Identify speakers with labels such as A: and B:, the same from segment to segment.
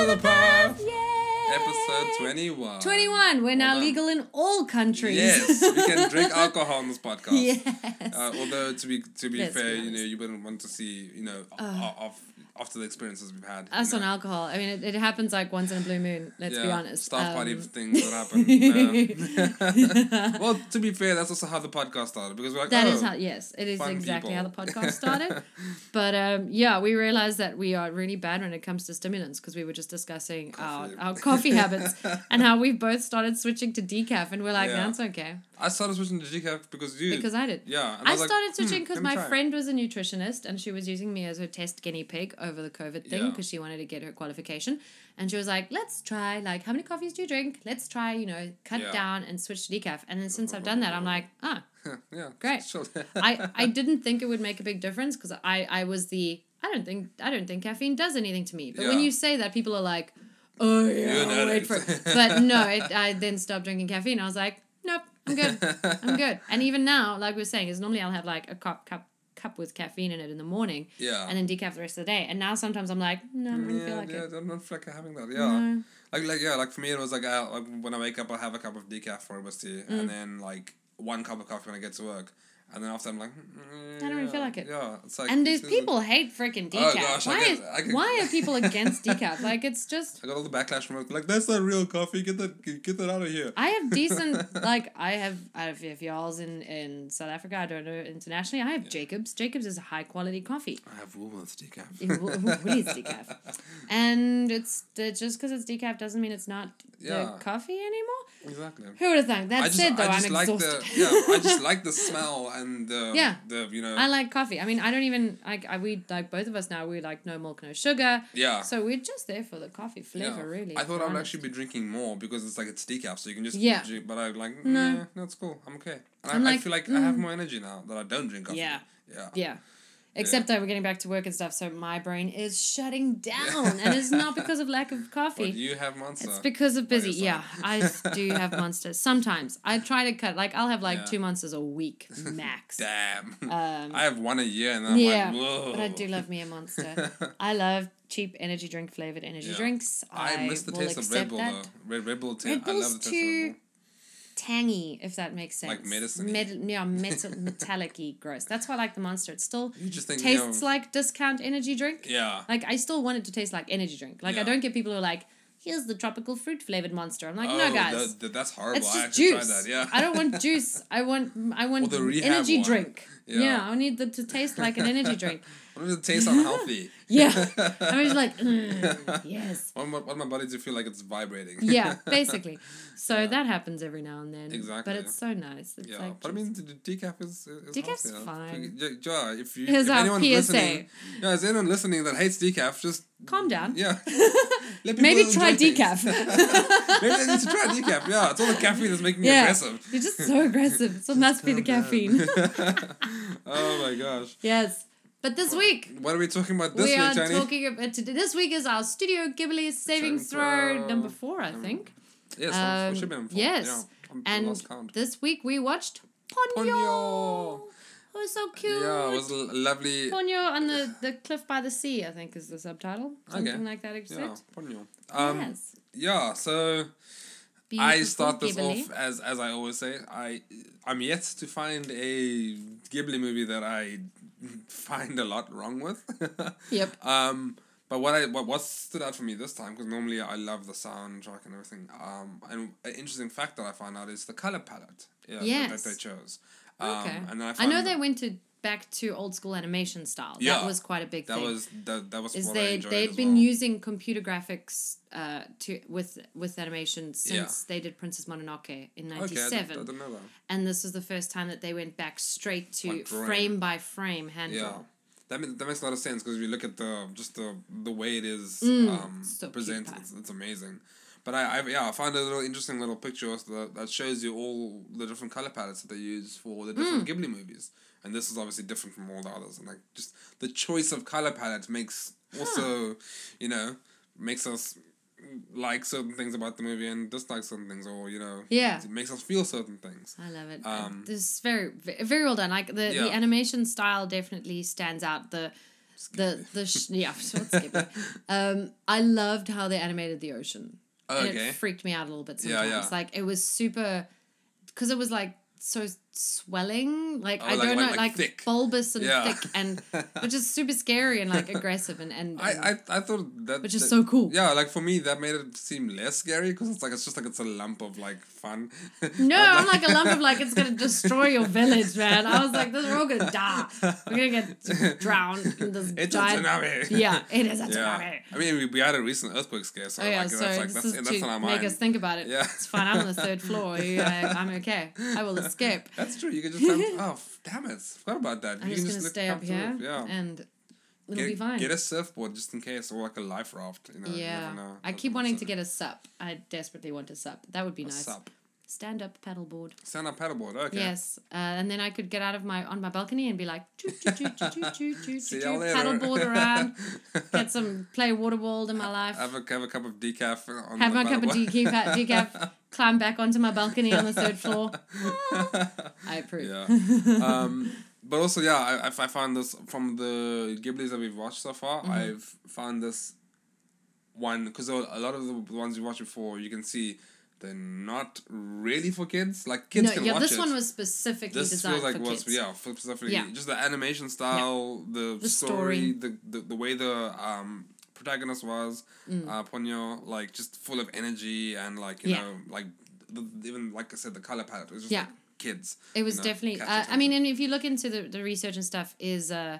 A: the path.
B: Yay!
A: Episode 21.
B: 21. We're now
A: Hold on.
B: legal in all countries.
A: Yes, we can drink alcohol on this podcast.
B: yes.
A: Uh, although to be to be
B: Let's be
A: fair, you
B: honest. Uh.
A: know you wouldn't want to see you know a- a- af- after the experiences we've had.
B: Us
A: you
B: on
A: know.
B: alcohol. I mean, it, it happens like once in a blue moon, let's be honest.
A: Staff party
B: Um,
A: things that happen. Yeah. well, to be fair, that's also how the podcast started because we're like,
B: That
A: oh,
B: is how yes, it is
A: fun
B: exactly how the
A: people.
B: podcast started. but um, yeah, we realized that we are really bad when it comes to stimulants because we were just discussing
A: Coffee.
B: our our coffee habits and how we've both started switching to decaf, and we're like,
A: Yeah.
B: that's okay
A: I started switching to decaf because you.
B: because I did.
A: yeah, and
B: I,
A: was like,
B: started
A: "Hmm,
B: switching because
A: let me
B: my
A: try it."
B: friend was a nutritionist and she was using me as her test guinea pig over the COVID thing
A: Yeah.
B: because she wanted to get her qualification. And she was like, let's try, like, how many coffees do you drink? Let's try, you know, cut
A: Yeah.
B: down and switch to decaf. And then since I've done that, I'm like, ah,
A: yeah,
B: Great.
A: sure.
B: I, I didn't think it would make a big difference because I, I was the I don't think I don't think caffeine does anything to me. But when
A: Yeah.
B: you say that, people are like, "Oh yeah,
A: You're an
B: I'll wait
A: addict.
B: for it." But no, it, I then stopped drinking caffeine. I was like, "Nope, I'm good, I'm good." And even now, like we are saying, is normally I'll have like a cup cup cup with caffeine in it in the morning,
A: yeah.
B: and then decaf the rest of the day. And now sometimes I'm like, "No, I don't
A: Oh. yeah,
B: feel like
A: yeah,
B: it."
A: I'm not feel like having that. Yeah.
B: No.
A: Like, like yeah, like for me it was like, I, like when I wake up, I have a cup of decaf for breakfast tea,
B: Mm.
A: and then like one cup of coffee when I get to work, and then after I'm like, mm,
B: I don't really
A: yeah,
B: feel like it.
A: Yeah, it's like
B: And there's
A: it's- it's-
B: people hate freaking
A: Oh,
B: decaf.
A: gosh, I
B: why
A: could-
B: is
A: I could-
B: why are people against decaf? Like it's just
A: I got all the backlash from it. Like that's not real coffee. Get that, get that out of here.
B: I have decent like I have I have if y'all's in in South Africa I don't know internationally I have Jacobs Jacobs is a high quality coffee
A: I have Woolworths decaf.
B: Who- who- who needs decaf and it's the, just because it's decaf doesn't mean it's not
A: Yeah.
B: the coffee anymore
A: Exactly.
B: who would have thought that
A: I just,
B: said though
A: I
B: I
A: just
B: am
A: like
B: exhausted
A: the yeah. I just like the smell and the
B: Yeah.
A: the you know
B: I like coffee I mean I don't even like I, we like both of us now we like no milk no sugar
A: yeah.
B: so we're just there for the coffee flavor really
A: Ah. I thought
B: if
A: I
B: we're
A: would
B: honest.
A: actually be drinking more because it's like it's decaf, so you can just
B: Yeah.
A: drink. But I'm like,
B: No.
A: no, that's cool. I'm okay. And
B: I'm
A: I, I
B: like, mm.
A: feel like I have more energy now that I don't drink coffee.
B: Yeah.
A: yeah,
B: Yeah. Except that we're getting back to work and stuff, so my brain is shutting down, and it's not because of lack of coffee.
A: But you have monster.
B: It's because of
A: by your
B: busy.
A: side.
B: Yeah, I s- do have monsters. Sometimes I try to cut. Like I'll have like
A: Yeah.
B: two monsters a week max.
A: Damn.
B: Um,
A: I have one a year, and then I'm
B: yeah,
A: like, whoa.
B: but I do love me a monster. I love cheap energy drink flavored energy
A: Yeah.
B: drinks. I,
A: I, miss the
B: will
A: taste of Red
B: accept
A: Bull
B: that.
A: though. Red, Red Bull taste.
B: Red
A: I
B: Bull's
A: love the taste
B: too-
A: of Red Bull.
B: Tangy, if that makes sense.
A: Like medicine-y.
B: Med- yeah, metal, metallic-y, gross. That's why I like the monster. It still
A: You just think
B: tastes
A: you know,
B: like discount energy drink.
A: yeah.
B: Like I still want it to taste like energy drink. Like I
A: Yeah.
B: don't get people who are like, "Here's the tropical fruit flavored monster." I'm like,
A: oh,
B: "No, guys,
A: that- that- that's horrible.
B: it's
A: I
B: just
A: actually
B: juice.
A: tried that. Yeah.
B: I don't want juice. I want I want
A: the rehab
B: energy
A: one.
B: drink. Yeah.
A: Yeah.
B: I need the to taste like an energy drink.
A: What does it taste unhealthy?
B: Yeah, I was like, "Mm, yes,
A: I want my, want my body to feel like it's vibrating.
B: yeah, basically. So
A: Yeah.
B: that happens every now and then.
A: Exactly.
B: but it's so nice. It's
A: Yeah,
B: like
A: but I
B: just-
A: mean, the the decaf is, is
B: Decaf's
A: healthy, you know.
B: fine.
A: Yeah, yeah, if you,
B: Here's
A: if
B: our
A: anyone's
B: PSA.
A: listening, yeah, is anyone listening that hates decaf? Just
B: calm down.
A: yeah, Let people
B: Maybe
A: enjoy
B: try
A: things.
B: decaf.
A: Maybe they need to try decaf. Yeah, it's all the caffeine that's making me
B: yeah,
A: aggressive.
B: you're just so aggressive. So it must be the caffeine.
A: oh my gosh!
B: yes, but this week
A: What are we talking about this
B: we
A: week,
B: are
A: Tony?
B: talking about today. This week is our Studio Ghibli savings
A: Saving
B: throw
A: throw.
B: number four, I think.
A: yes, I'm-
B: um,
A: we should be on four.
B: yes,
A: yeah, I'm, I
B: And
A: lost count.
B: this week we watched Ponyo.
A: Ponyo.
B: It was so cute.
A: Yeah, it was a l- lovely.
B: Ponyo on the, the cliff by the sea, I think is the subtitle. Something like that,
A: Yeah,
B: except.
A: Ponyo. Um,
B: yes.
A: Yeah, so I
B: Beautiful
A: start this
B: Ghibli.
A: off as as I always say. I I'm yet to find a Ghibli movie that I find a lot wrong with.
B: Yep.
A: um, but what I what what stood out for me this time because normally I love the soundtrack and everything. Um, and an interesting fact that I found out is the color palette. Yeah, that-
B: Yes.
A: that, they chose. Um,
B: okay.
A: And I,
B: I, know
A: found
B: they went to back to old school animation style. That
A: Yeah.
B: was quite a big
A: that
B: thing.
A: was that, that was
B: is
A: what I
B: they
A: enjoyed
B: they'd
A: as
B: been
A: well.
B: using computer graphics uh, to with with animation
A: Yeah.
B: since they did Princess Mononoke in
A: Okay, I, d-
B: '97,
A: I don't know that.
B: and this was the first time that they went back straight to
A: Like drawing.
B: frame by frame hand
A: Yeah.
B: draw.
A: That, ma- that makes a lot of sense because if you look at the just the the way it is um,
B: Mm. so cute,
A: presented,
B: pie.
A: it's, it's amazing. But I, I yeah I found a little interesting little picture also that, that shows you all the different color palettes that they use for
B: Mm.
A: the different Ghibli movies, and this is obviously different from all the others. And like just the choice of color palette makes also, you know, makes us like certain things about the movie and dislike certain things, or you know,
B: Yeah.
A: it makes us feel certain things.
B: I love it.
A: Um,
B: this is very ve- very well done. Like the,
A: Yeah.
B: the animation style definitely stands out. The the the sh- yeah what's Ghibli? um i loved how they animated the ocean
A: Oh,
B: and
A: okay.
B: it freaked me out a little bit
A: Yeah,
B: sometimes
A: yeah.
B: like it was super because it was like so swelling like
A: Oh,
B: i
A: like-
B: don't
A: like-
B: know
A: like
B: like,
A: thick.
B: bulbous and
A: Yeah.
B: thick and which is super scary and like aggressive and and,
A: I,
B: and-
A: I I thought that
B: which is
A: that-
B: so cool
A: Yeah, like for me that made it seem less scary because it's like it's just like it's a lump of like fun.
B: no i'm like a lump of like it's gonna destroy your village man i was like this we're all gonna die we're gonna get drowned in this
A: It's
B: giant
A: a tsunami.
B: yeah it is a tsunami
A: Yeah. I mean, we, we had a recent earthquake scare, so
B: Oh yeah,
A: like,
B: sorry.
A: that's like
B: this
A: that's,
B: is
A: that's
B: to
A: in our
B: make
A: mind.
B: us think about it.
A: Yeah.
B: It's fine. I'm on the third floor. You, I, I'm okay. I will escape.
A: That's true. You can just like, oh f- damn it, forgot about that.
B: I'm
A: you
B: just
A: can
B: gonna
A: look
B: stay up
A: through
B: here,
A: it. Yeah.
B: and it'll
A: get,
B: be fine.
A: get a surfboard just in case, or like a life raft. You know, you
B: yeah,
A: never know.
B: I keep wanting to get a sup. I desperately want a sup. That would be nice.
A: sup.
B: Stand up paddleboard.
A: Stand up paddleboard. Okay.
B: Yes, uh, and then I could get out of my on my balcony and be like, choo, choo, choo, choo, choo, choo, choo,
A: See
B: choo,
A: you later.
B: paddleboard around, get some play water world in my life.
A: Have a have a cup of decaf. On
B: have
A: the
B: my cup of
A: paddleboard.
B: decaf, decaf, climb back onto my balcony on the third floor. I approve.
A: Yeah. um, but also, yeah, I, I I found this from the Ghiblis that we've watched so far.
B: Mm-hmm.
A: I've found this one because a lot of the ones we watched before, you can see they're not really for kids. Like kids
B: no,
A: can
B: yeah,
A: watch
B: this
A: it.
B: one was specifically
A: this
B: designed
A: feels like
B: for
A: was
B: kids.
A: yeah for- specifically
B: Yeah.
A: just the animation style, the,
B: The
A: story,
B: story.
A: the, the the way the um protagonist was uh, Ponyo, like just full of energy and like you
B: Mm. Yeah.
A: know like the, even like I said the color palette was just
B: Yeah.
A: like, kids.
B: It was
A: you know,
B: definitely.
A: catch
B: Uh, I
A: attention.
B: mean, and if you look into the, the research and stuff, is uh,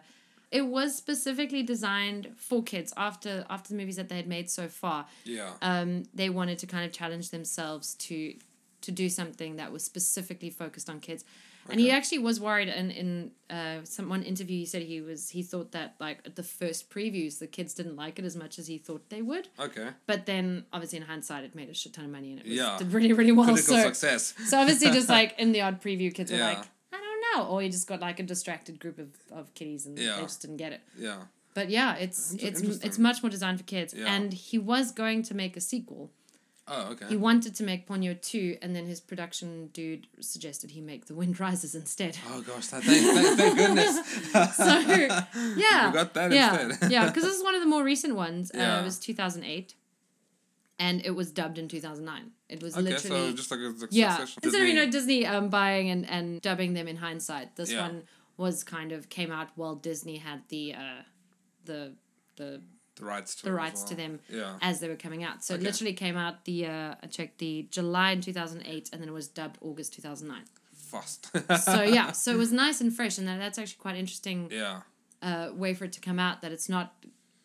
B: it was specifically designed for kids. After after the movies that they had made so far,
A: yeah.
B: um, they wanted to kind of challenge themselves to to do something that was specifically focused on kids. And he
A: Okay.
B: actually was worried. And in uh, someone interview, he said he was he thought that like at the first previews, the kids didn't like it as much as he thought they would.
A: Okay.
B: But then, obviously, in hindsight, it made a shit ton of money and it was,
A: Yeah.
B: did really, really well.
A: Critical
B: Oh, so,
A: success.
B: so obviously, just like in the odd preview, kids
A: Yeah.
B: were like, I don't know. Or you just got like a distracted group of, of kiddies and
A: Yeah.
B: they just didn't get it.
A: Yeah.
B: But yeah, it's
A: Inter-
B: it's
A: interesting.
B: it's much more designed for kids.
A: Yeah.
B: And he was going to make a sequel.
A: Oh, okay.
B: He wanted to make Ponyo 2, and then his production dude suggested he make The Wind Rises instead.
A: oh gosh, tha- thank, thank, thank goodness.
B: so, yeah.
A: You got that
B: yeah,
A: instead.
B: yeah, because this is one of the more recent ones. Uh,
A: Yeah.
B: it was 2008, and it was dubbed in 2009. It was
A: okay,
B: literally.
A: so just like a like,
B: yeah,
A: succession.
B: instead of you
A: Disney.
B: know Disney um, buying and, and dubbing them in hindsight, this
A: Yeah.
B: one was kind of came out while Disney had the uh, the the
A: the rights to
B: the
A: it as
B: rights to
A: well.
B: them
A: Yeah.
B: as they were coming out. So
A: Okay.
B: it literally came out the uh, I checked the July in two thousand eight, and then it was dubbed August two thousand nine.
A: Fast.
B: So yeah, so it was nice and fresh, and that, that's actually quite interesting
A: yeah.
B: uh, way for it to come out that it's not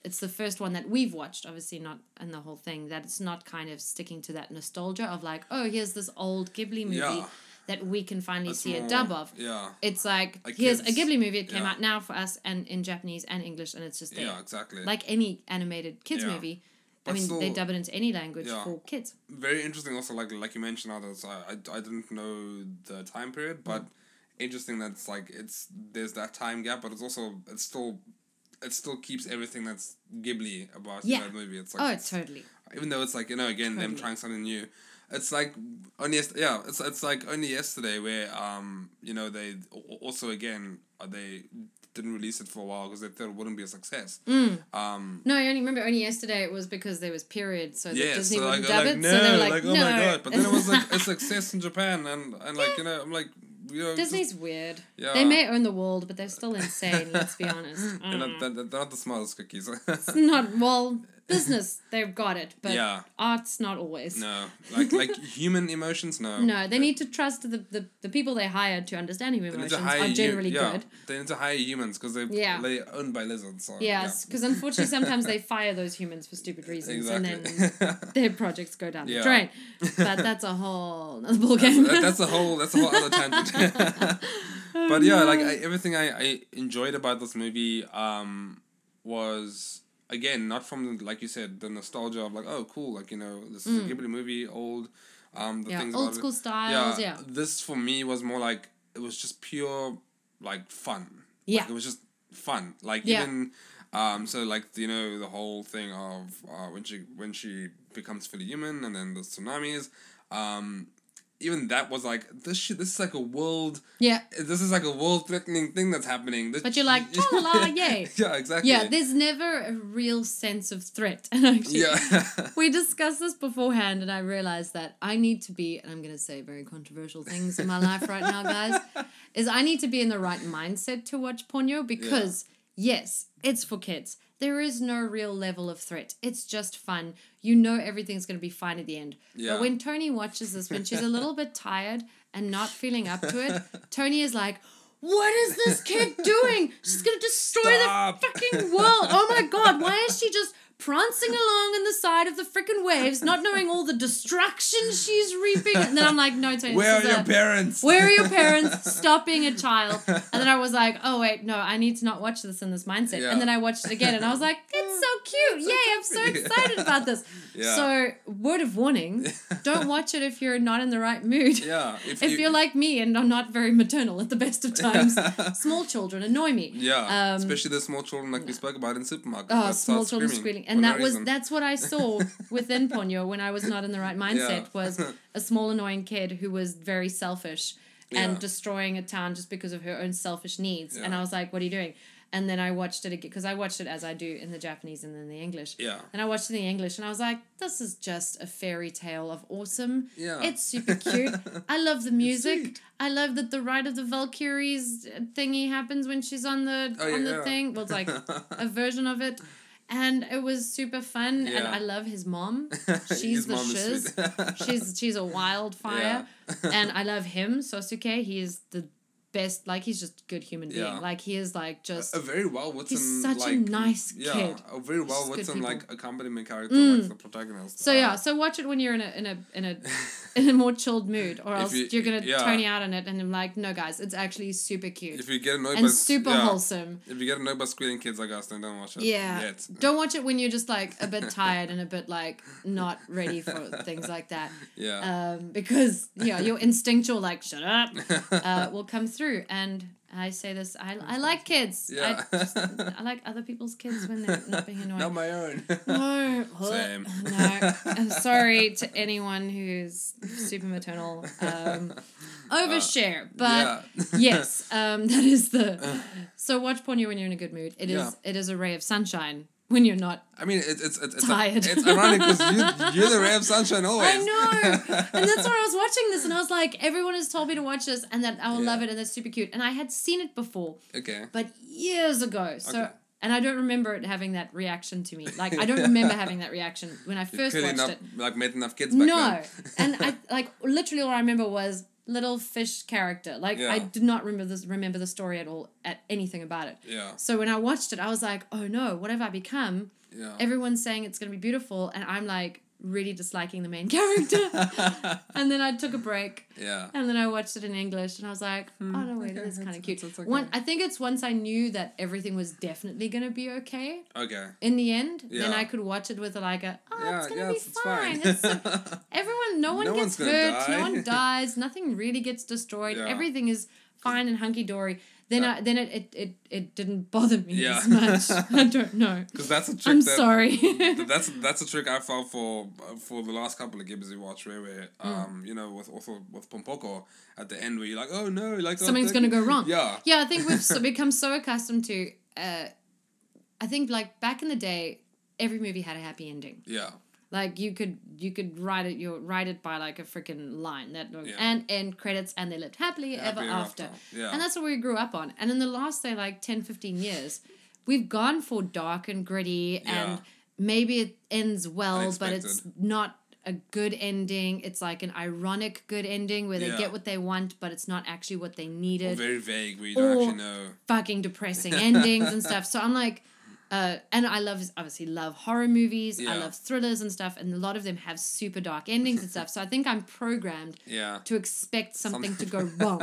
B: it's the first one that we've watched obviously not and the whole thing that it's not kind of sticking to that nostalgia of like oh here's this old ghibli movie
A: Yeah.
B: that we can finally
A: That's
B: see a
A: more-
B: dub of
A: Yeah.
B: it's like
A: Like
B: here's
A: kids-
B: a ghibli movie it came
A: yeah.
B: out now for us and in japanese and english and it's just there
A: Yeah, exactly.
B: like any animated kids
A: Yeah.
B: movie
A: But
B: i mean they
A: still-
B: dub it into any language
A: Yeah.
B: for kids
A: very interesting also like like you mentioned others I, I, I didn't know the time
B: Mm.
A: period but interesting that's like it's there's that time gap but it's also it's still it still keeps everything that's Ghibli about you
B: Yeah.
A: know, that movie it's like
B: oh
A: it's-
B: totally
A: even though it's like you know again them
B: Totally.
A: trying something new it's like only yes- yeah it's it's like only yesterday where um you know they al- also again uh, they didn't release it for a while because they thought it wouldn't be a success
B: Mm.
A: um
B: no, I only remember only yesterday it was because there was periods, so that
A: yeah,
B: Disney
A: so like,
B: wouldn't
A: I'm
B: dub
A: like,
B: it.
A: no,
B: so they were
A: like,
B: like,
A: oh
B: no.
A: my god! But then it was like a success in Japan, and and like you know, I'm like, you know, just-
B: Disney's weird.
A: Yeah.
B: They may own the world, but they're still insane, let's be honest.
A: they're,
B: Mm.
A: not, they're, they're not the smartest cookies.
B: It's not, well, business, they've got it, but
A: Yeah.
B: art's not always.
A: no, like like human emotions, no.
B: No, they need to trust the, the, the people they hire to understand human
A: They need
B: emotions
A: to hire
B: are
A: hu-
B: generally
A: yeah,
B: good.
A: They need to hire humans because they
B: Yeah.
A: they're owned by lizards. So,
B: Yes, because unfortunately sometimes they fire those humans for stupid
A: yeah.
B: reasons
A: exactly.
B: and then their projects go down
A: Yeah.
B: the drain. But that's a whole other ball
A: that's,
B: game.
A: that- that's a whole that's a whole other tangent. but yeah, like I, everything I, I enjoyed about this movie um, was again not from like you said the nostalgia of like oh cool like you know this is a Ghibli movie old um the
B: Mm. yeah,
A: things
B: old
A: about it-
B: school styles, yeah.
A: this for me was more like it was just pure like fun.
B: Yeah.
A: Like, it was just fun. Like
B: Yeah.
A: even um so like you know the whole thing of uh, when she when she becomes fully human and then the tsunamis um even that was like this shit. This is like a world.
B: Yeah.
A: This is like a world threatening thing that's happening. This
B: But you're like, "Ta la la, yay."
A: yeah, exactly.
B: Yeah, there's never a real sense of threat. And actually,
A: yeah.
B: we discussed this beforehand, and I realized that I need to be, and I'm going to say very controversial things in my life right now, guys, is I need to be in the right mindset to watch Ponyo because, yes, it's for kids. There is no real level of threat. It's just fun. You know everything's going to be fine at the end.
A: Yeah.
B: But when Tony watches this, when she's a little bit tired and not feeling up to it, Tony is like, what is this kid doing? She's going to destroy
A: Stop.
B: the fucking world. Oh my God, why is she just prancing along on the side of the freaking waves, not knowing all the destruction she's reaping? And then I'm like, no, Tony,
A: Where are
B: this is
A: your
B: a-
A: parents?
B: where are your parents? Stop being a child. And then I was like, oh, wait, no, I need to not watch this in this mindset.
A: Yeah.
B: And then I watched it again and I was like, it's so cute. Yay, I'm so
A: comfy.
B: excited about this.
A: Yeah.
B: So, word of warning don't watch it if you're not in the right mood.
A: yeah.
B: If
A: you-
B: you're like me and I'm not very maternal at the best of times, small children annoy me.
A: Yeah,
B: Um,
A: especially the small children like we spoke about in supermarkets.
B: Oh,
A: that
B: small
A: start
B: children screaming, and
A: for no
B: that was
A: reason.
B: that's what I saw within Ponyo when I was not in the right mindset
A: Yeah.
B: was a small annoying kid who was very selfish
A: Yeah.
B: and destroying a town just because of her own selfish needs. And
A: Yeah.
B: I was like, "What are you doing?" And then I watched it again because I watched it as I do in the Japanese and then the English.
A: Yeah.
B: And I watched it in the English, and I was like, "This is just a fairy tale of awesome.
A: Yeah.
B: It's super cute. I love the music.
A: sweet.
B: I love that the ride of the Valkyries uh, thingy happens when she's on the
A: Oh,
B: on
A: yeah,
B: the
A: yeah.
B: thing. Well, it's like a version of it. And it was super fun. And
A: Yeah.
B: I love his mom. She's
A: His
B: the
A: mom is
B: shiz.
A: sweet.
B: she's she's a wildfire. and I love him, Sosuke. He is the best. Like, he's just a good human being.
A: Yeah.
B: Like, he is like just.
A: a very well written.
B: He's such a
A: like,
B: nice
A: yeah,
B: kid.
A: a very well
B: Just good
A: written
B: people. Mm.
A: like accompaniment character, like the protagonist.
B: So
A: Uh,
B: yeah, so watch it when you're in a in a in a in a more chilled mood, or
A: If
B: else
A: you-
B: you, are gonna
A: yeah.
B: tone out on it. And I'm like, no, guys, it's actually super cute
A: If you get annoyed
B: and
A: by
B: super
A: yeah,
B: wholesome.
A: If you get annoyed by squealing kids like us, then don't watch it.
B: Yeah.
A: Yet.
B: Don't watch it when you're just like a bit tired and a bit like not ready for things like that.
A: Yeah.
B: Um, because yeah, your instinctual like shut up uh, will come through. And I say this, I, I like kids.
A: yeah.
B: I, just, I like other people's kids when they're not being annoying.
A: Not my own.
B: No,
A: Same.
B: no. I'm sorry to anyone who's super maternal. Um, overshare, but
A: Uh, yeah.
B: yes, um, that is the. So watch porno when you're in a good mood. It is.
A: Yeah.
B: It is a ray of sunshine when you're not.
A: I mean, it's it's it's it's,
B: Tired.
A: it's ironic because you, you're the ray of sunshine always.
B: I know, and that's why I was watching this, and I was like, everyone has told me to watch this, and that I will love
A: Yeah.
B: it, and that's super cute, and I had seen it before,
A: okay.
B: but years ago. So.
A: Okay.
B: And I don't remember it having that reaction to me. Like I don't remember having that reaction when I
A: You
B: first
A: clearly
B: watched
A: not
B: it.
A: like met enough kids back
B: No,
A: then.
B: and I like literally all I remember was little fish character. Like I
A: Yeah.
B: did not remember this remember the story at all at anything about it.
A: yeah.
B: So when I watched it, I was like, oh no, what have I become?
A: Yeah.
B: Everyone's saying it's gonna be beautiful, and I'm like really disliking the main character. and then I took a break.
A: yeah.
B: And then I watched it in English, and I was like, "Oh no, wait,
A: Hmm, okay,
B: that's kind
A: that's-
B: of cute."
A: that's okay.
B: One, I think it's once I knew that everything was definitely gonna be okay
A: Okay.
B: in the end. Then
A: Yeah.
B: I could watch it with like a, "Oh,
A: yeah.
B: it's gonna
A: yeah.
B: be
A: It's, it's
B: fine.
A: fine.
B: It's so Everyone, no one
A: No one's
B: gets
A: gonna
B: hurt.
A: die.
B: No one dies. Nothing really gets destroyed.
A: Yeah.
B: Everything is fine and hunky dory. Then,
A: That-
B: I, then it, it, it, it didn't bother me
A: Yeah.
B: as much. I don't know.
A: Because that's a trick.
B: I'm
A: that,
B: sorry.
A: th- that's that's a trick I fell for uh, for the last couple of games we watched where we're,
B: Hmm.
A: um you know with also with Pompoko at the end where you're like oh no like oh,
B: Something's
A: thank
B: gonna
A: you."
B: go wrong.
A: yeah
B: yeah, I think we've so become so accustomed to. Uh, I think like back in the day, every movie had a happy ending.
A: yeah
B: Like you could you could write it you write it by like a freaking line that
A: Yeah.
B: and end credits and they lived happily ever
A: Happy
B: after.
A: yeah
B: And that's what we grew up on. And in the last, say, like 10, 15 years, we've gone for dark and gritty,
A: Yeah.
B: and maybe it ends well, but it's
A: Unexpected.
B: not a good ending. It's like an ironic good ending where they
A: Yeah.
B: get what they want, but it's not actually what they
A: Or
B: needed.
A: very vague where you don't
B: Or-
A: actually know
B: Fucking depressing endings and stuff. So I'm like, uh, and I love obviously love horror movies. I
A: Yeah.
B: love thrillers and stuff, and a lot of them have super dark endings and stuff. So I think I'm programmed
A: yeah
B: to expect something to go wrong.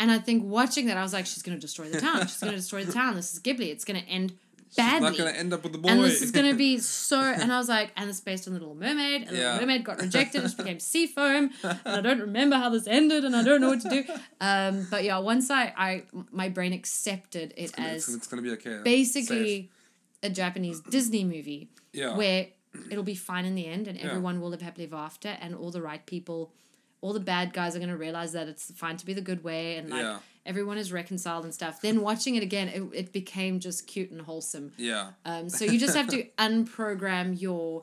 B: And I think watching that, I was like, she's going to destroy the town. She's going to destroy the town. This is Ghibli. It's going to end
A: it's
B: badly.
A: not gonna end up with the boy
B: and this is going to be so. And I was like, and it's based on The Little Mermaid. And The
A: Yeah.
B: Little Mermaid got rejected. It became sea foam. And I don't remember how this ended. And I don't know what to do. Um, but yeah, once I, I my brain accepted it
A: it's,
B: as
A: it's gonna be okay Safe.
B: basically a Japanese Disney movie
A: yeah
B: where it'll be fine in the end and
A: Yeah.
B: everyone will live happily ever after and all the right people all the bad guys are going to realize that it's fine to be the good way and like
A: Yeah.
B: everyone is reconciled and stuff. Then watching it again, it, it became just cute and wholesome.
A: Yeah.
B: Um, so you just have to unprogram your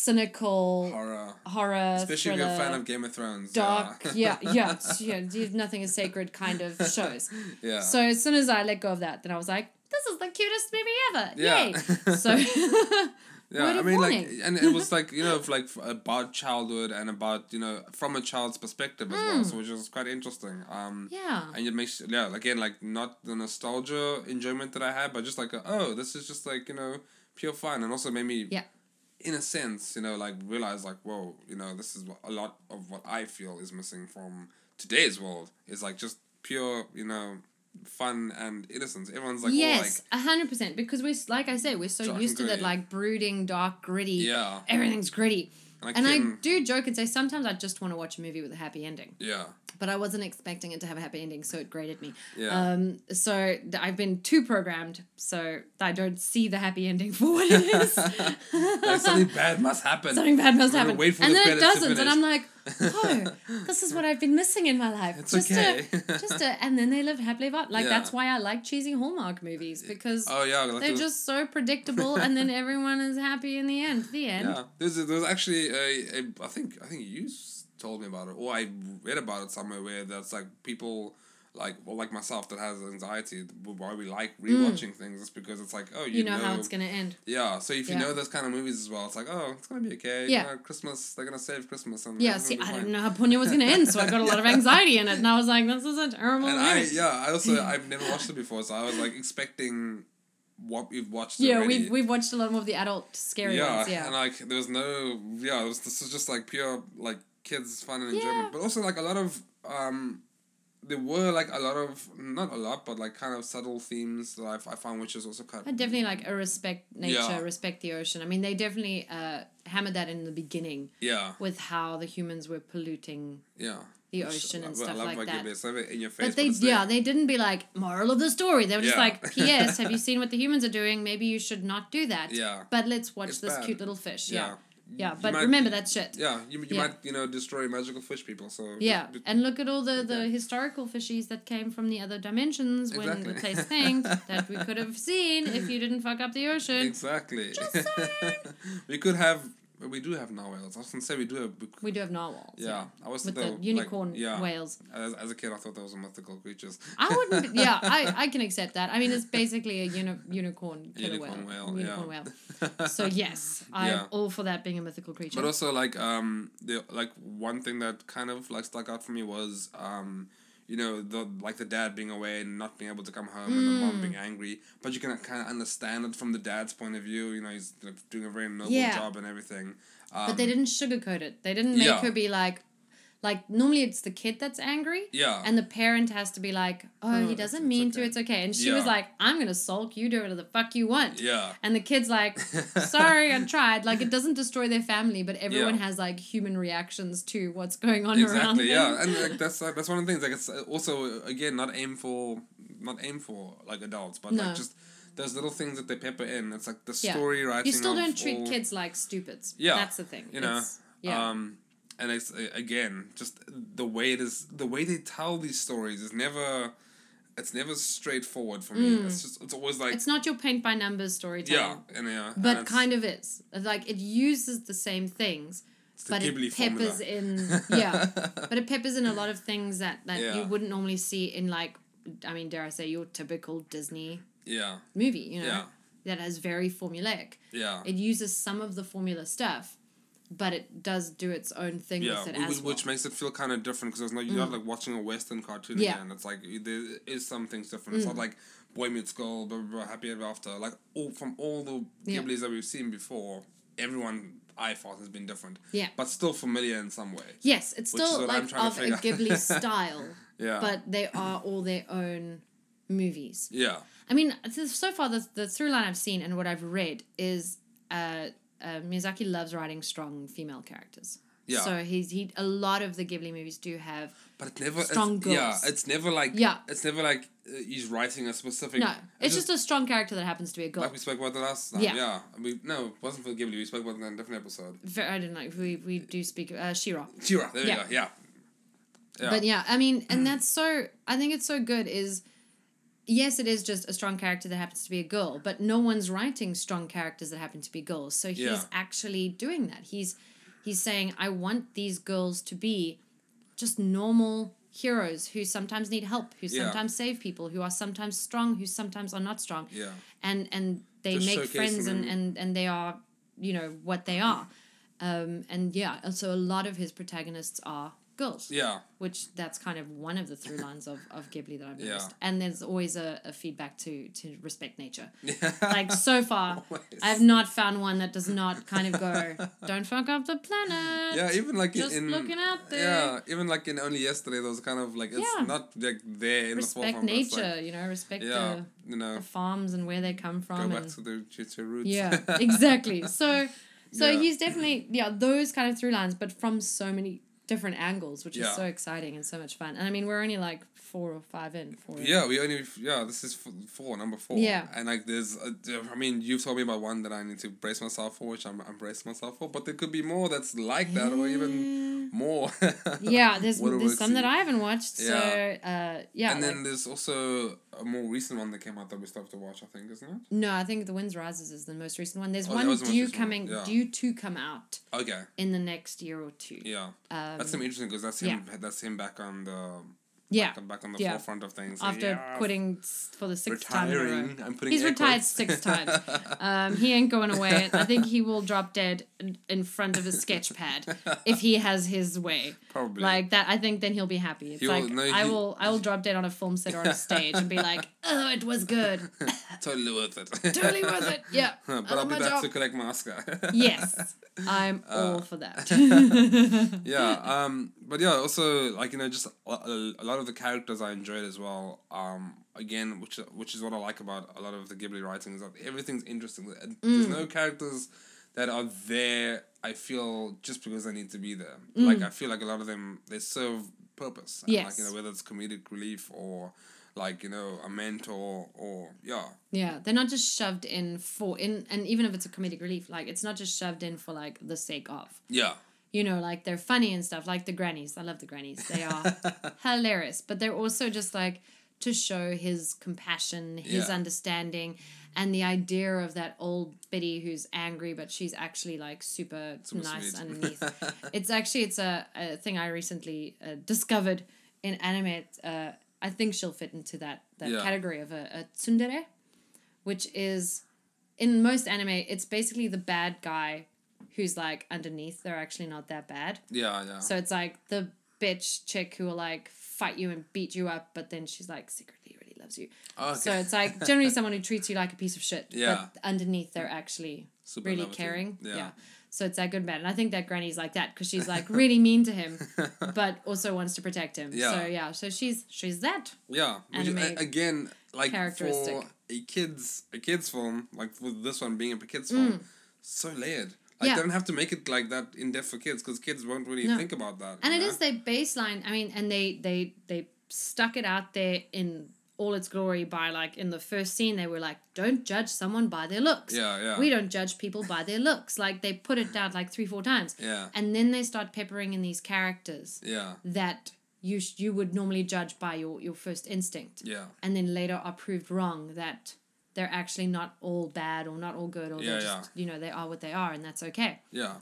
B: cynical horror,
A: Horror. Especially if
B: thriller,
A: you're a fan of Game of Thrones.
B: dark, yeah, yeah, yeah,
A: yeah.
B: yeah, nothing is sacred kind of shows.
A: Yeah.
B: So as soon as I let go of that, then I was like, this is the cutest movie ever.
A: Yeah.
B: Yay. So
A: Yeah,
B: Word
A: I
B: of
A: mean, like,
B: warning.
A: and it was like you know, like f- about childhood and about you know from a child's perspective as well, so which is quite interesting. Um,
B: Hmm. yeah.
A: and it makes yeah again like not the nostalgia enjoyment that I had, but just like a, oh, this is just like you know pure fun, and also made me
B: Yeah.
A: in a sense you know like realize like whoa you know this is what, a lot of what I feel is missing from today's world is like just pure you know fun and innocence. Everyone's like
B: yes, a hundred percent. Because we're s- like I said, we're
A: Dark
B: so
A: and
B: used to that
A: gritty.
B: like brooding, dark, gritty.
A: all like yeah,
B: Everything's gritty.
A: like
B: And I
A: Kim-
B: do joke and say sometimes I just want to watch a movie with a happy ending.
A: yeah
B: But I wasn't expecting it to have a happy ending, so it grated me.
A: yeah.
B: Um, so th- I've been too programmed, so I don't see the happy ending for what it is.
A: like something bad must happen.
B: Something bad must
A: We're gonna
B: happen.
A: wait for
B: and
A: the
B: then it
A: credits to
B: doesn't, and
A: finish.
B: I'm like, oh, this is what I've been missing in my life.
A: It's
B: just
A: okay.
B: A, just a, and then they live happily ever. Like
A: Yeah.
B: that's why I like cheesy Hallmark movies because
A: oh yeah, like
B: they're
A: there was-
B: just so predictable, and then everyone is happy in the end. The end.
A: yeah. There's there was actually a, a I think I think you s- told me about it or I read about it somewhere where that's like people like well like myself that has anxiety why we like rewatching things is because it's like oh you,
B: Mm. You, know, how it's gonna end.
A: yeah so if you
B: Yeah.
A: know those kind of movies as well it's like oh it's gonna be okay
B: Yeah.
A: you know, Christmas they're gonna save Christmas and
B: Yeah.
A: everything's
B: See, I
A: gonna be
B: didn't
A: fine.
B: know how Ponyo was gonna end, so I got a lot of anxiety in it, and I was like, this is a terrible
A: and I
B: movie.
A: yeah I also I've never watched it before so I was like expecting what we've watched
B: Yeah,
A: already.
B: we've, we've watched a lot more of the adult scary
A: yeah,
B: ones. Yeah.
A: and like there was no yeah, it was, this was just like pure like kids fun and enjoyment,
B: Yeah.
A: but also like a lot of um, there were like a lot of not a lot, but like kind of subtle themes that I, I found, which is also kind
B: I
A: of
B: definitely like a respect nature,
A: Yeah.
B: respect the ocean. I mean, they definitely uh, hammered that in the beginning
A: yeah,
B: with how the humans were polluting
A: yeah,
B: the
A: Which
B: ocean and
A: I-
B: stuff
A: I love
B: like
A: Michael
B: that.
A: Bay, so in your face,
B: But they,
A: it's there.
B: yeah, they didn't be like moral of the story. They were just
A: Yeah.
B: like, "P.S. Have you seen what the humans are doing? Maybe you should not do that."
A: Yeah.
B: But let's watch
A: It's
B: this
A: bad.
B: cute little fish. Yeah. Yeah.
A: You
B: but
A: might-
B: remember that shit.
A: Yeah, you, you
B: Yeah.
A: might you know destroy magical fish people. So
B: Yeah,
A: just-
B: and look at all the, the
A: Yeah.
B: historical fishies that came from the other dimensions when
A: Exactly.
B: the place thanked that we could have seen if you didn't fuck up the ocean.
A: exactly.
B: Just saying.
A: we could have. We do have now whales. I was gonna say we do have. We,
B: We do have narwhals.
A: yeah, I was
B: With
A: thinking,
B: the
A: like,
B: unicorn
A: yeah.
B: whales.
A: As, as a kid, I thought those were mythical creatures.
B: I wouldn't. Yeah, I, I can accept that. I mean, it's basically a uni- unicorn killer
A: Unicorn
B: whale.
A: whale,
B: Unicorn
A: yeah.
B: whale. So, yes, I'm
A: Yeah.
B: all for that being a mythical creature.
A: But also, like um, the like one thing that kind of like stuck out for me was um, you know the like the dad being away and not being able to come home and the
B: Mm.
A: mom being angry. But you can kind of understand it from the dad's point of view. You know, he's like, doing a very noble
B: Yeah.
A: job and everything. Um,
B: but they didn't sugarcoat it. They didn't make
A: yeah.
B: her be like, like normally it's the kid that's angry.
A: Yeah.
B: And the parent has to be like, oh,
A: Uh. Oh,
B: he
A: it's-
B: doesn't
A: it's
B: mean to,
A: okay."
B: it's okay. And she
A: Yeah.
B: was like, I'm going to sulk, you do whatever the fuck you want.
A: yeah.
B: And the kid's like, sorry, I tried. Like, it doesn't destroy their family, but everyone
A: Yeah.
B: has like human reactions to what's going on around them.
A: Exactly. Yeah, and like, that's like, that's one of the things. Like it's uh, also again not aim for not aim for like adults, but
B: No.
A: like just those little things that they pepper in. It's like the
B: Yeah.
A: story writing.
B: You still
A: of
B: don't treat
A: all-
B: kids like stupids.
A: Yeah,
B: That's the thing.
A: you know
B: It's- yeah.
A: um and it's uh, again just the way it is the way they tell these stories is never it's never straightforward for me it's just it's always like
B: Mm. it's not your paint by numbers storytelling.
A: yeah and yeah
B: But kind of is. Like it uses the same things, but
A: Ghibli
B: it peppers
A: formula.
B: in yeah. but it peppers in a lot of things that that you
A: Yeah.
B: wouldn't normally see in like I mean, dare I say, your typical Disney
A: yeah
B: movie, you know,
A: Yeah.
B: that is very formulaic.
A: yeah
B: It uses some of the formula stuff, but it does do its own thing
A: yeah,
B: with it
A: whi-
B: as well. Mm.
A: which makes it feel kind of different because it's not you're not like watching a Western cartoon
B: Yeah. Mm.
A: again. It's like y- there is some things different. It's not like Boy Meets Girl, blah, blah, blah, Happy Ever After. Like all from all the
B: Yeah.
A: Ghiblis that we've seen before, everyone I thought has been different.
B: Yeah.
A: but still familiar in some way.
B: yes, it's
A: which is
B: still
A: what I'm
B: like
A: trying to
B: of a
A: figure
B: Ghibli
A: out.
B: style,
A: Yeah,
B: but they are all their own movies.
A: yeah,
B: I mean, th- so far the the through line I've seen and what I've read is uh, uh, Miyazaki loves writing strong female characters.
A: Yeah.
B: So he's he a lot of the Ghibli movies do have
A: But it never
B: Strong
A: it's, Yeah,
B: girls.
A: it's never like
B: Yeah.
A: It's never like uh, he's writing a specific.
B: no. It's just a strong character that happens to be a girl.
A: like we spoke about the last time.
B: Yeah.
A: Yeah, we no, it wasn't for Ghibli. We spoke about that in a different episode.
B: Ver- I don't know. We we do speak uh, Shira.
A: Shira, there
B: Yeah.
A: we go. Yeah, Yeah. Mm.
B: But yeah, I mean, and that's so. I think it's so good. Is yes, it is just a strong character that happens to be a girl, but no one's writing strong characters that happen to be girls. So he's
A: Yeah.
B: actually doing that. He's he's saying, I want these girls to be just normal heroes who sometimes need help, who
A: Yeah.
B: sometimes save people, who are sometimes strong, who sometimes are not strong
A: yeah.
B: and and they
A: Just
B: make
A: showcase
B: friends
A: them
B: and, and and they are you know what they are um and yeah and so a lot of his protagonists are girls
A: Yeah.
B: which that's kind of one of the through lines of, of ghibli that i've
A: Yeah.
B: noticed and there's always a, a feedback to to respect nature
A: Yeah.
B: like so far
A: Always.
B: i've not found one that does not kind of go don't fuck up the planet
A: yeah, even like
B: just
A: in
B: looking out there
A: yeah, even like in only yesterday there was kind of like it's
B: Yeah.
A: not like there in the
B: respect
A: forefront. but it's
B: nature
A: Like,
B: you know respect
A: yeah,
B: the,
A: you know,
B: the farms and where they come
A: go
B: from
A: back
B: and
A: to the to, to roots.
B: Yeah, exactly. So so
A: Yeah.
B: he's definitely yeah, those kind of through lines, but from so many different angles, which
A: Yeah.
B: is so exciting and so much fun. And I mean we're only like four or five in, four in.
A: Yeah, we only yeah. This is f- four, number four.
B: Yeah.
A: and like there's, a, I mean, you've told me about one that I need to brace myself for, which I'm, I'm bracing myself for. But there could be more that's like that, or even more.
B: Yeah, there's
A: What do we
B: there's some that
A: see?
B: I haven't watched. So uh yeah.
A: And then
B: like-
A: there's also a more recent one that came out that we still have to watch. I think, isn't it?
B: no, I think The Winds Rises is the most recent one. There's
A: Oh, that
B: one
A: was the most
B: due
A: recent one,
B: coming
A: yeah.
B: due to come out
A: Okay.
B: in the next year or two.
A: Yeah,
B: Um,
A: that's him interesting because that's him. That's him back on the.
B: yeah.
A: Back, back on the
B: yeah.
A: forefront of things. Like,
B: After
A: yeah,
B: quitting s- for the sixth time. in a row.
A: retiring. I'm putting
B: He's
A: air
B: retired
A: quotes.
B: six times. Um, he ain't going away. I think he will drop dead in- in front of a sketch pad if he has his way.
A: Probably.
B: Like that, I think then he'll be happy. It's
A: He will-
B: like
A: no,
B: I
A: he-
B: will, I will drop dead on a film set or on a stage and be like, "Oh, it was good,
A: totally worth it.
B: totally worth it." Yeah, I
A: but
B: love
A: I'll
B: my
A: be back
B: job.
A: to Uh. collect my Oscar.
B: Yes, I'm all for that.
A: yeah. Um. But yeah. Also, like you know, just a, a a lot of the characters I enjoyed as well. Um. Again, which which is what I like about a lot of the Ghibli writing is that everything's interesting.
B: Mm.
A: And There's no characters that are there. I feel just because they need to be there.
B: Mm.
A: Like I feel like a lot of them they serve purpose. And, Like you
B: Yes.
A: know whether it's comedic relief or like you know a mentor or yeah
B: Yeah, they're not just shoved in for in, and even if it's a comedic relief, like it's not just shoved in for like the sake of.
A: yeah
B: you know, like they're funny and stuff, like the grannies. I love the grannies. They are hilarious, but they're also just like to show his compassion, his
A: Yeah.
B: understanding, and the idea of that old biddy who's angry, but she's actually like super, nice
A: sweet.
B: underneath. it's actually it's a, a thing I recently uh, discovered in anime. Uh, I think she'll fit into that that
A: Yeah.
B: category of a, a tsundere, which is in most anime, it's basically the bad guy who's like underneath. They're actually not that bad.
A: yeah yeah
B: So it's like the bitch chick who will like fight you and beat you up, but then she's like secretly really loves you.
A: okay.
B: So it's like generally someone who treats you like a piece of shit.
A: Yeah.
B: But underneath, they're actually
A: Super
B: really
A: innovative.
B: caring.
A: Yeah.
B: Yeah. So it's that good man. And I think that granny's like that because she's like really mean to him, but also wants to protect him.
A: Yeah.
B: So yeah. So she's she's that.
A: Yeah, which, uh,
B: anime
A: again, like for
B: characteristic.
A: a kids a kids film, like with this one being a kids film, so layered. Like
B: Mm. Yeah.
A: they don't have to make it like that in depth for kids because kids won't really
B: No.
A: think about that.
B: and
A: you
B: it
A: know?
B: is their baseline i mean and they they they stuck it out there in all its glory by like in the first scene they were like don't judge someone by their looks
A: Yeah, yeah.
B: we don't judge people by their looks like they put it down like three four times
A: Yeah.
B: and then they start peppering in these characters
A: yeah,
B: that you sh- you would normally judge by your your first instinct
A: yeah,
B: and then later are proved wrong that they're actually not all bad or not all good or
A: Yeah,
B: they're just you know they are what they are and that's okay
A: yeah.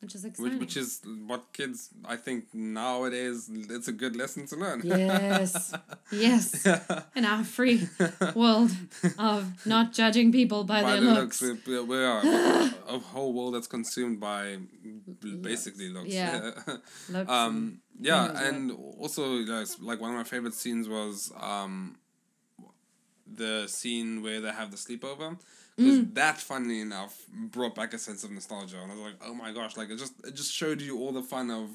B: which is exciting
A: Which, which is what kids, I think nowadays, it's a good lesson to learn.
B: Yes. Yes. In our free world of not judging people by,
A: By
B: their
A: the
B: looks.
A: looks, we we are a whole world that's consumed by basically looks.
B: Yeah. Looks
A: Um, yeah,
B: knows what?
A: and also guys, like one of my favorite scenes was um, the scene where they have the sleepover. Because
B: Mm.
A: that, funnily enough, brought back a sense of nostalgia, and I was like, "Oh my gosh!" Like it just it just showed you all the fun of,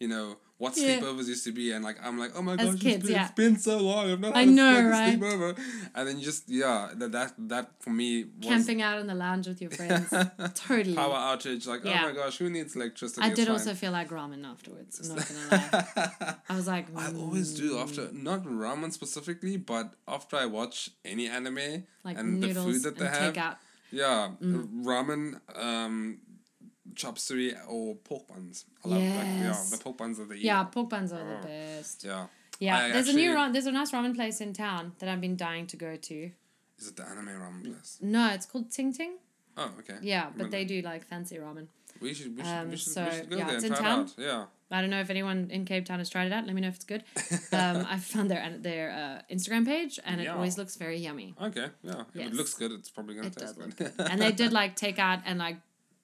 A: you know, what
B: Yeah.
A: sleepovers used to be, and like I'm like, "Oh my
B: As
A: gosh,
B: kids,
A: it's, been,
B: yeah.
A: it's been so long. I've not
B: I
A: had a
B: know,
A: fucking
B: right?
A: sleepover." And then you just yeah, that that that for me was
B: Camping out in the lounge with your friends. totally.
A: power outage. Like,
B: Yeah.
A: oh my gosh, who needs electricity?
B: I
A: It's
B: did
A: fine.
B: also feel like ramen afterwards. I'm not gonna lie. I was like, "Mm,
A: I always do uh, after not ramen specifically, but after I watch any anime
B: like
A: and the
B: noodles Mm.
A: food that they
B: and
A: have,
B: takeout.
A: yeah, ramen, um, chop suey or pork buns. I love like, yeah,
B: Yes.
A: the pork buns are the
B: Yeah, pork buns are the
A: Oh.
B: best.
A: yeah.
B: Yeah,
A: I
B: there's a new
A: actually-
B: ra- there's a nice ramen place in town that I've been dying to go to.
A: Is it the anime ramen place?
B: No, it's called Ting Ting.
A: Oh, okay.
B: Yeah, but
A: Remember.
B: they do like fancy ramen.
A: We should we should,
B: Um,
A: we should,
B: so,
A: we should go
B: yeah,
A: there
B: it's
A: and
B: in
A: try it
B: town.
A: out. Yeah.
B: I don't know if anyone in Cape Town has tried it out. Let me know if it's good. Um, I found their their uh, Instagram page, and it
A: Yeah.
B: always looks very yummy.
A: Okay. Yeah. If
B: Yes.
A: it looks good, it's probably gonna
B: It does
A: taste
B: look
A: good.
B: good. and they did like take out and like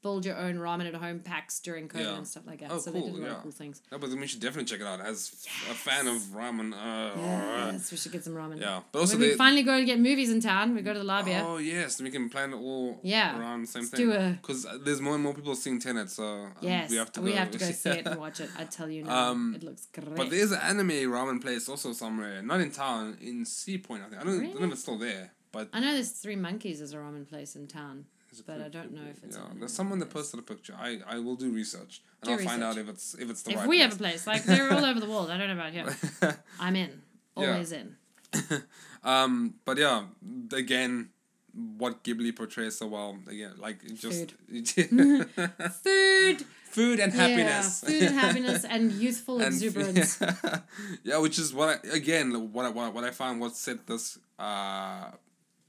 B: build your own ramen at home packs during COVID
A: Yeah.
B: and stuff like that.
A: Oh,
B: so they
A: cool,
B: did a lot
A: yeah.
B: of cool things.
A: No, but then we should definitely check it out. As a fan of ramen, uh, uh,
B: Yes, we should get some ramen.
A: yeah. But also
B: when we
A: they.
B: finally go to get movies in town, we go to the lobby.
A: Oh yes, we can plan it all
B: Yeah.
A: around the same
B: Let's
A: thing.
B: do a-
A: Because there's more and more people seeing Tenet, so um,
B: yes,
A: we have to go.
B: see it and watch it. I tell you now,
A: Um,
B: it looks great.
A: But there's an anime ramen place also somewhere, not in town, in Sea Point. I think I don't, I don't know
B: Really?
A: if it's still there, but
B: I know there's Three Monkeys is a ramen place in town.
A: Is it
B: But
A: Phil-
B: I don't know
A: Phil-
B: if it's
A: Yeah,
B: on
A: there's
B: the
A: someone that
B: list.
A: posted a picture. I, I will do research and
B: Do
A: I'll find out
B: research.
A: if it's if it's the
B: if
A: right.
B: we have a place, like they're all over the world. I don't know about here.
A: place.
B: I'm in.
A: Yeah.
B: Always in.
A: um, but yeah, again, what Ghibli portrays so well again, like it just food,
B: Food.
A: and happiness,
B: Yeah, food and happiness and youthful
A: And-
B: exuberance.
A: Yeah, which is what I, again what I, what I- what I find what set this uh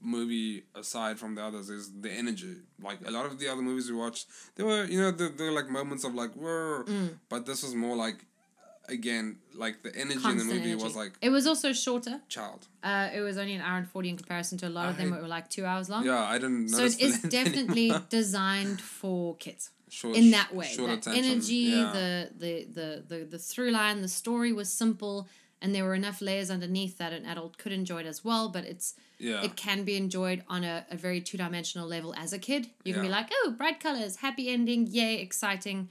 A: movie aside from the others is the energy. Like a lot of the other movies we watched, there were you know there, there were like moments of like whoa,
B: Mm.
A: but this was more like again like the energy in the
B: Constant
A: movie
B: energy.
A: was like
B: it was also shorter.
A: child.
B: Uh, it was only an hour and 40 in comparison to a lot of them
A: I-
B: that were like two hours long.
A: Yeah, I didn't.
B: so
A: notice
B: it is
A: the length
B: definitely
A: anymore.
B: designed for kids
A: Short-
B: in that way.
A: short
B: That
A: attention,
B: energy,
A: yeah.
B: the, the, the, the, the through line, the story was simple. And there were enough layers underneath that an adult could enjoy it as well, but it's
A: yeah.
B: it can be enjoyed on a, a very two dimensional level as a kid. You can be
A: Yeah.
B: like, oh, bright colors, happy ending, yay, exciting,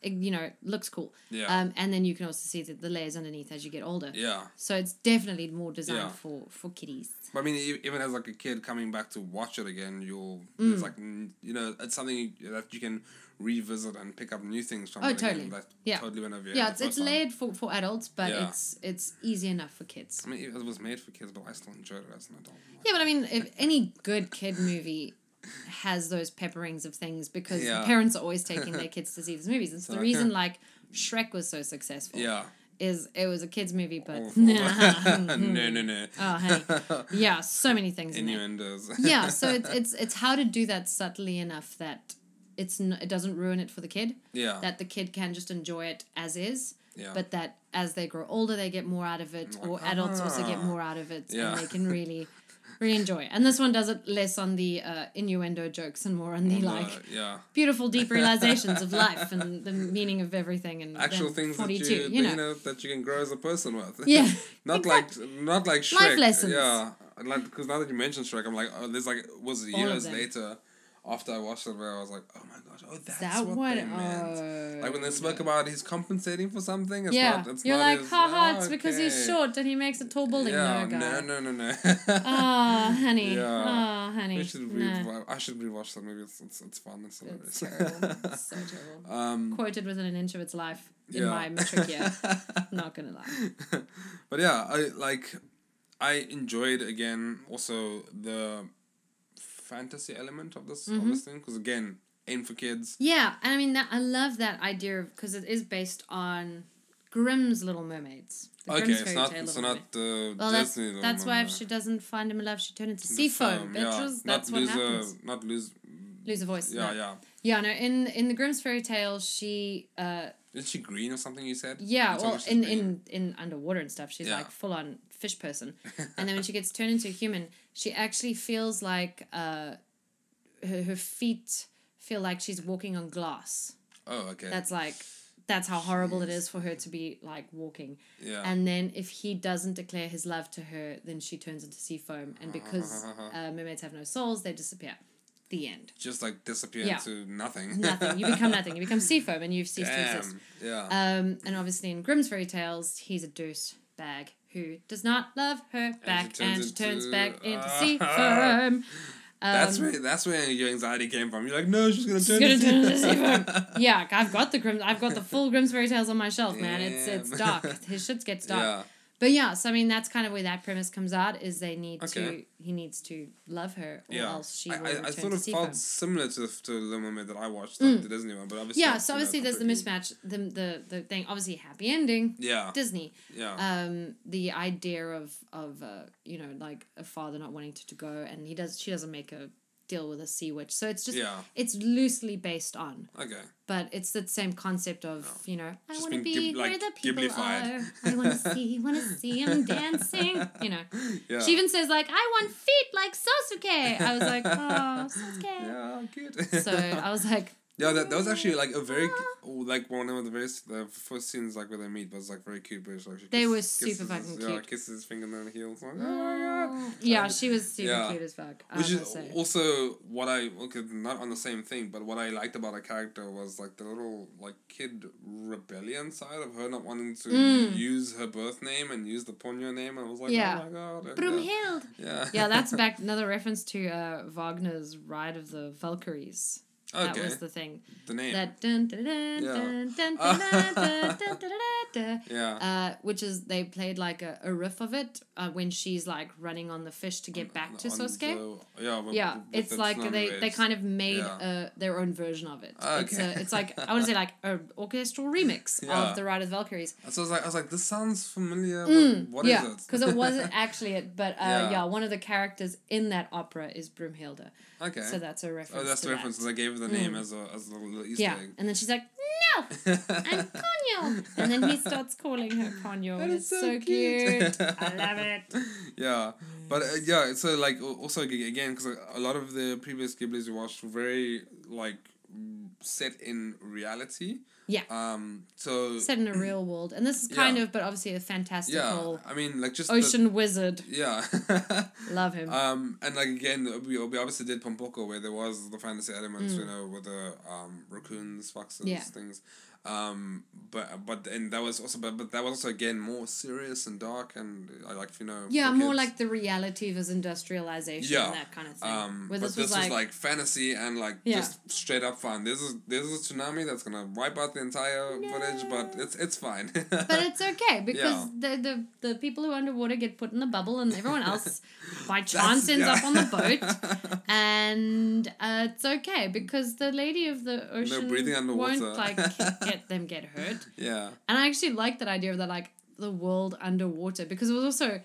B: it- you know, looks cool.
A: Yeah.
B: Um, and then you can also see the, the layers underneath as you get older.
A: yeah,
B: So it's definitely more designed
A: Yeah.
B: for for kiddies.
A: But I mean, e- even as like a kid coming back to watch it again, you'll it's like mm, you know it's something that you can revisit and pick up new things from.
B: Oh,
A: it again
B: totally.
A: that
B: Yeah.
A: totally went over your
B: Yeah,
A: head um,
B: it's,
A: the
B: it's
A: first time.
B: layered for, for adults, but
A: Yeah.
B: it's it's easy enough for kids.
A: I mean, it was made for kids, but I still enjoyed it as an adult. Like,
B: Yeah, but I mean, if any good kid movie has those pepperings of things because
A: Yeah.
B: the parents are always taking their kids to see these movies. It's
A: So
B: the
A: I
B: reason
A: can't-
B: like Shrek was so successful.
A: Yeah.
B: Is it was a kids movie, but
A: Awful. no, no, no.
B: Oh, hey. yeah, so many things in there.
A: Innuendos.
B: Yeah, so it's it's it's how to do that subtly enough that it's n- it doesn't ruin it for the kid.
A: yeah.
B: that the kid can just enjoy it as is,
A: yeah.
B: but that as they grow older, they get more out of it,
A: Like,
B: or adults also get
A: ah.
B: more out of it,
A: Yeah.
B: and they can really, really enjoy. it. And this one does it less on the uh, innuendo jokes and more on the
A: On the-
B: like
A: uh, yeah.
B: beautiful, deep realizations of life and the meaning of everything and
A: Actual
B: then
A: things that you, that, you, know. that you can grow as a person with.
B: Yeah,
A: not like not like Shrek.
B: lessons.
A: Yeah, like because now that you mentioned Shrek, I'm like, oh, there's like it was
B: of
A: years
B: them.
A: later after I watched it where I was like, oh my gosh, oh that's
B: that
A: what
B: one.
A: they meant.
B: oh,
A: Like when they spoke
B: yeah.
A: about he's compensating for something, it's
B: yeah,
A: not. It's
B: you're
A: not
B: like,
A: his,
B: haha,
A: "Oh,
B: it's because he's
A: okay."
B: short and he makes a tall building.
A: Yeah,
B: no, guy.
A: no, no, no, no.
B: Ah, honey.
A: Yeah.
B: Ah, honey.
A: we should
B: No.
A: re- I should rewatch that movie. It's it's, it's fun. It's
B: It's
A: hilarious.
B: terrible. It's so terrible.
A: um,
B: Quoted within an inch of its life in
A: yeah.
B: my metric year. Not gonna lie.
A: but yeah, I like I enjoyed again also the fantasy element of this
B: Mm-hmm.
A: of this thing because again, aimed for kids.
B: Yeah, and I mean that I love that idea because it is based on Grimm's Little Mermaids. The
A: okay,
B: Grimm's
A: it's
B: fairy
A: not
B: tale
A: it's
B: Little
A: not the
B: Well, that's,
A: Disney. Little
B: that's why if
A: Mermaid.
B: she doesn't find him in love, she turned into
A: The
B: sea foam.
A: film, yeah.
B: Bitches, that's
A: not
B: what
A: lose
B: happens.
A: A, not lose.
B: Lose a voice.
A: Yeah,
B: no.
A: yeah.
B: Yeah, no. In in the Grimm's fairy tale, she uh
A: Is she green or something? You said.
B: Yeah,
A: You told
B: well,
A: me she's
B: in,
A: green.
B: in in underwater and stuff, she's
A: Yeah.
B: like full on fish person, and then when she gets turned into a human, she actually feels like uh, her her feet feel like she's walking on glass.
A: Oh, okay.
B: That's like that's how horrible it is for her to be like walking.
A: yeah.
B: And then if he doesn't declare his love to her, then she turns into sea foam, and because uh, mermaids have no souls, they disappear. The end.
A: Just like disappear
B: Yeah.
A: into nothing.
B: Nothing. You become nothing. You become sea foam, and you've ceased to exist.
A: Damn. Yeah.
B: Um, and obviously in Grimm's fairy tales, he's a douchebag who does not love her back,
A: turns
B: and she turns,
A: into-
B: back into
A: Ah.
B: sea foam.
A: that's where that's where your anxiety came from. You're like, no, she's gonna
B: Um, She's
A: turn.
B: gonna
A: into-
B: turn into sea foam. Yeah, like, I've got the Grimm, I've got the full Grimm's fairy tales on my shelf, man. It's it's
A: Damn.
B: dark. His shit gets dark.
A: Yeah.
B: But yeah, so I mean that's kind of where that premise comes out is they need
A: Okay.
B: to he needs to love her or
A: yeah,
B: else she
A: I,
B: will
A: I,
B: return
A: I sort
B: to
A: of
B: see
A: felt
B: him.
A: similar to the, to the Mermaid that I watched, like the Disney one, but obviously
B: Yeah,
A: that's,
B: so
A: you know,
B: obviously there's the
A: completely- Ah.
B: mismatch, the the the thing obviously happy ending,
A: Yeah,
B: Disney.
A: yeah,
B: Um, the idea of of uh, you know like a father not wanting to, to go and he does she doesn't make a deal with a sea witch, so it's just
A: yeah.
B: it's loosely based on,
A: Okay,
B: but it's the same concept of you know I
A: Oh. Just
B: want to
A: being
B: be
A: Ghib-
B: where
A: like,
B: the people
A: Ghiblified.
B: are. I want to see, want to see him dancing. You know,
A: yeah.
B: she even says like I want feet like Sasuke. I was like oh Sasuke.
A: yeah, good.
B: So uh, I was like
A: Yeah, that, that was actually like a very cu- like one of the very s- the first scenes like where they meet was like very cute. But it's, like, she
B: They were
A: kisses-
B: super
A: kisses
B: fucking
A: his, Yeah,
B: cute. Mm.
A: kisses his finger down the heels. Like, oh my god.
B: yeah, she was super
A: Yeah.
B: cute as fuck. I
A: Which
B: must
A: is
B: say.
A: also what I okay not on the same thing, but what I liked about her character was like the little like kid rebellion side of her not wanting to
B: Mm.
A: use her birth name and use the Ponyo name. I was like,
B: Yeah.
A: oh my god, okay.
B: Brumhild.
A: yeah,
B: Yeah, that's back another reference to uh, Wagner's Ride of the Valkyries. That
A: okay.
B: was
A: the,
B: the thing.
A: name,
B: That dun dun dun
A: Yeah.
B: dun dun dun dun dun dun dun dun
A: yeah,
B: dun, uh, which is they played like a, a riff of it uh, when she's like running on the fish to get back to
A: On
B: Sosuke.
A: the- yeah, with-
B: Yeah,
A: with
B: it's
A: the
B: like
A: tsunami
B: they, they
A: waves.
B: kind of made
A: Yeah. Ah,
B: uh, their own version of it. It's,
A: Okay.
B: a, it's like I want to say like an orchestral remix
A: Yeah.
B: of the Ride of the Valkyries.
A: So I was like, I was like, this sounds familiar.
B: Mm,
A: but what is
B: yeah,
A: it?
B: Because it wasn't actually it, but uh, yeah.
A: Yeah.
B: one of the characters in that opera is Broomhilda.
A: okay.
B: So that's a reference.
A: oh, that's
B: to
A: the reference.
B: That. Mm.
A: They gave it the name as a as a little Easter
B: Yeah,
A: egg.
B: and then she's like, "No, I'm Ponyo," and then he starts calling her Ponyo.
A: That
B: and
A: is
B: it's
A: so
B: so
A: cute.
B: cute. I love it.
A: yeah, but uh, yeah, so like al- also ag- again because a lot of the previous Ghiblis we watched were very like mm, set in reality.
B: Yeah.
A: Um. So
B: Set in a real world, and this is kind
A: Yeah.
B: of, but obviously a
A: yeah,
B: fantastical
A: I mean like just the-
B: ocean wizard.
A: yeah.
B: Love him.
A: Um, and like again, we, we obviously did Pompoko where there was the fantasy elements, you know, with the um raccoons, foxes,
B: Mm. Yeah.
A: things. Um, but but and that was also but, but that was also again more serious and dark and I like you know
B: yeah,
A: for
B: more
A: kids.
B: like the reality of his industrialization
A: Yeah.
B: and that kind of thing.
A: um,
B: Where
A: but
B: this, was, like,
A: fantasy and like
B: Yeah.
A: just straight up fun. This is this is a tsunami that's gonna wipe out the entire village, but it's it's fine.
B: But it's okay because the, the the people who are underwater get put in the bubble and everyone else by chance ends up on the boat.
A: boat.
B: And uh, it's okay because the lady of the ocean
A: breathing underwater.
B: won't like get them get hurt.
A: yeah,
B: And I actually like that idea of that like the world underwater because it was also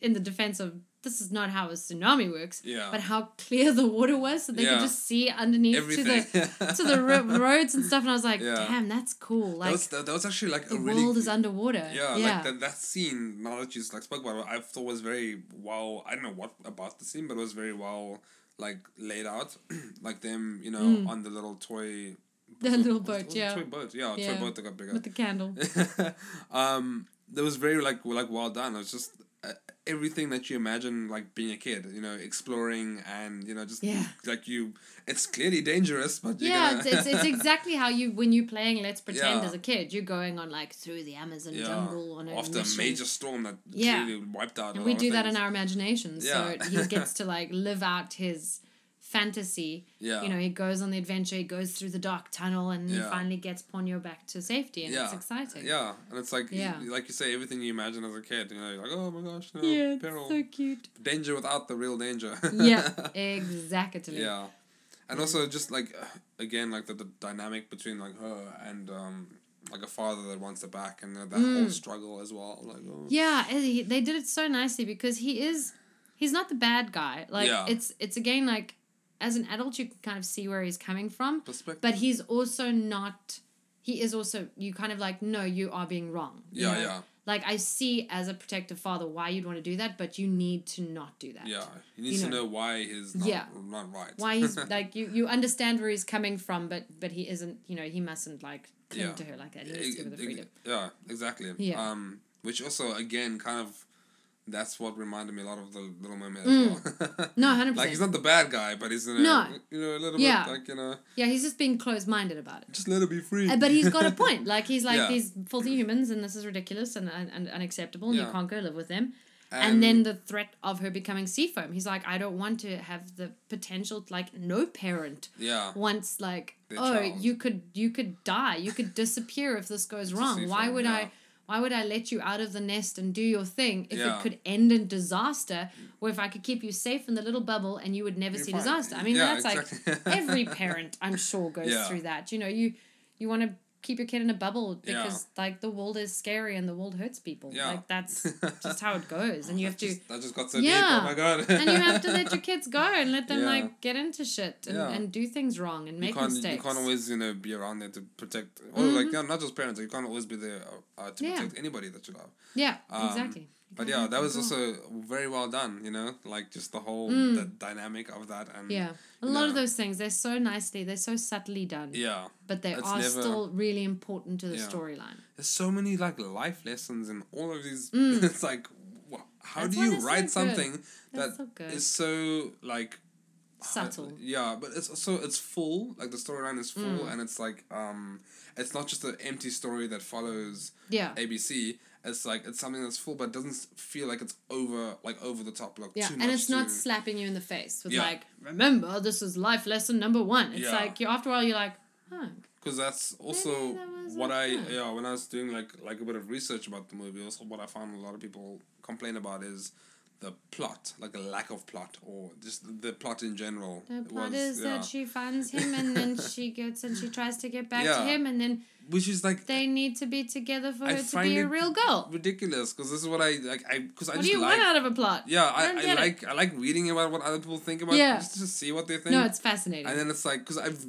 B: in the defense of this is not how a tsunami works,
A: Yeah.
B: but how clear the water was so they
A: Yeah.
B: could just see underneath
A: everything.
B: to the to the ro- roads and stuff. And I was like,
A: Yeah.
B: damn, that's cool.
A: that
B: Like
A: was that, that was actually like
B: the
A: a really
B: world is underwater.
A: Yeah, like that, that scene, now that you like spoke about it, I thought was very well I don't know what about the scene, but it was very well like laid out. like them, you know, on the little toy
B: Mm. The
A: was it-
B: little
A: was it-
B: boat,
A: was it a
B: yeah.
A: Toy boat, yeah, a
B: Yeah.
A: toy boat that got bigger.
B: with the candle.
A: um, that was very like w- like well done. It was just uh, everything that you imagine like being a kid, you know, exploring and you know just
B: Yeah.
A: like you. It's clearly dangerous, but you're
B: yeah,
A: gonna-
B: it's, it's, it's exactly how you when you're playing Let's Pretend
A: Yeah.
B: as a kid, you're going on like through the Amazon jungle on a
A: after a
B: mission.
A: major storm that
B: Yeah.
A: clearly wiped out. a
B: and we
A: lot of
B: do that in
A: things.
B: our imaginations.
A: Yeah.
B: So he gets to like live out his fantasy.
A: Yeah.
B: You know, he goes on the adventure, he goes through the dark tunnel and he
A: Yeah.
B: finally gets Ponyo back to safety and it's exciting.
A: Yeah, and it's like
B: Yeah.
A: like you say, everything you imagine as a kid, you know, you're like, oh my gosh, no,
B: Yeah, it's
A: peril,
B: so cute.
A: danger without the real danger.
B: yeah, exactly.
A: yeah, and also just like again, like the, the dynamic between like her and um like a father that wants her back, and that, that whole struggle as well. Like,
B: Mm.
A: oh.
B: Yeah, and he- they did it so nicely because he is he's not the bad guy. Like
A: Yeah.
B: it's it's again like as an adult you can kind of see where he's coming from,
A: perspective.
B: but he's also not he is also you kind of like no you are being wrong. you
A: yeah,
B: know?
A: yeah,
B: Like I see as a protective father why you'd want to do that, but you need to not do that.
A: yeah. He needs
B: You
A: to
B: know.
A: know why he's not,
B: Yeah.
A: not right.
B: Why he's like you you understand where he's coming from, but but he isn't, you know, he mustn't like cling
A: Yeah. E-,
B: to her like that. He
A: Yeah,
B: needs to give her the
A: ex-
B: freedom.
A: Yeah, exactly.
B: Yeah.
A: Um, which also again kind of that's what reminded me a lot of the Little Mermaid as well.
B: Mm. No, hundred
A: like he's
B: percent.
A: not the bad guy, but he's in a,
B: No.
A: you know a little
B: Yeah.
A: bit like you know
B: Yeah, he's just being closed minded about it.
A: just let her be free.
B: Uh, but he's got a point. Like he's like
A: Yeah.
B: these filthy humans, and this is ridiculous and, and, and unacceptable, and you
A: Yeah.
B: can't go live with them. And, then the threat of her becoming sea foam. He's like, I don't want to have the potential. Like no parent
A: yeah,
B: wants like,
A: Their
B: oh,
A: child.
B: you could you could die, you could disappear if this goes wrong.
A: sea
B: Why
A: foam,
B: would
A: yeah.
B: I? Why would I let you out of the nest and do your thing if
A: Yeah.
B: it could end in disaster? Or if I could keep you safe in the little bubble and you would never see
A: fine.
B: disaster? I mean,
A: Yeah,
B: that's
A: exactly.
B: like every parent, I'm sure, goes
A: Yeah.
B: through that. You know, you you want to keep your kid in a bubble
A: Yeah.
B: because like the world is scary and the world hurts people.
A: Yeah.
B: Like that's just how it goes, and you have
A: that
B: to
A: just, that just got so
B: Yeah.
A: deep. Oh my god.
B: and you have to let your kids go and let them
A: Yeah.
B: like get into shit and,
A: Yeah.
B: and do things wrong and
A: You
B: make
A: can't,
B: mistakes. Mm-hmm.
A: you can't always you know be around there to protect or like yeah not just parents you can't always be there uh, to
B: Yeah.
A: protect anybody that you love
B: yeah,
A: Um,
B: exactly.
A: but yeah that was also very well done you know like just the whole the dynamic of that and
B: Mm. yeah. A
A: you
B: lot
A: know,
B: of those things they're so nicely, they're so subtly done,
A: yeah
B: but they
A: It's
B: are
A: never-
B: still really important to the
A: Yeah.
B: storyline.
A: there's so many like life lessons in all of these it's like wha how
B: Mm. That's
A: do
B: why
A: you
B: they're so
A: write
B: good.
A: something
B: That's
A: that
B: so good.
A: is so like uh,
B: Subtle.
A: yeah but it's also it's full like the storyline is full
B: Mm.
A: and it's like um it's not just an empty story that follows
B: Yeah.
A: ABC. It's like it's something that's full, but doesn't s- feel like it's over, like over the top, like
B: Yeah,
A: too much.
B: and it's not
A: to-
B: slapping you in the face with
A: Yeah.
B: like, remember this is life lesson number one. It's
A: Yeah.
B: like you after a while you're like, huh,
A: because that's also
B: that was
A: what
B: like
A: I
B: that.
A: yeah when I was doing like like a bit of research about the movie also what I found a lot of people complain about is the plot like the lack of plot or just the plot in general
B: the
A: It
B: plot
A: was-
B: is
A: yeah.
B: that she finds him and then she gets and she tries to get back to
A: Yeah.
B: him and then
A: which is like
B: they need to be together for
A: I
B: her to
A: find
B: be a
A: it
B: real girl.
A: ridiculous because this is what I like I because I
B: What
A: just
B: do you
A: like
B: want out of a plot?
A: yeah
B: I
A: I,
B: don't
A: I,
B: get it.
A: like I like reading about what other people think about it,
B: Yeah.
A: just to see what they think
B: No, it's fascinating.
A: And then it's like, because I've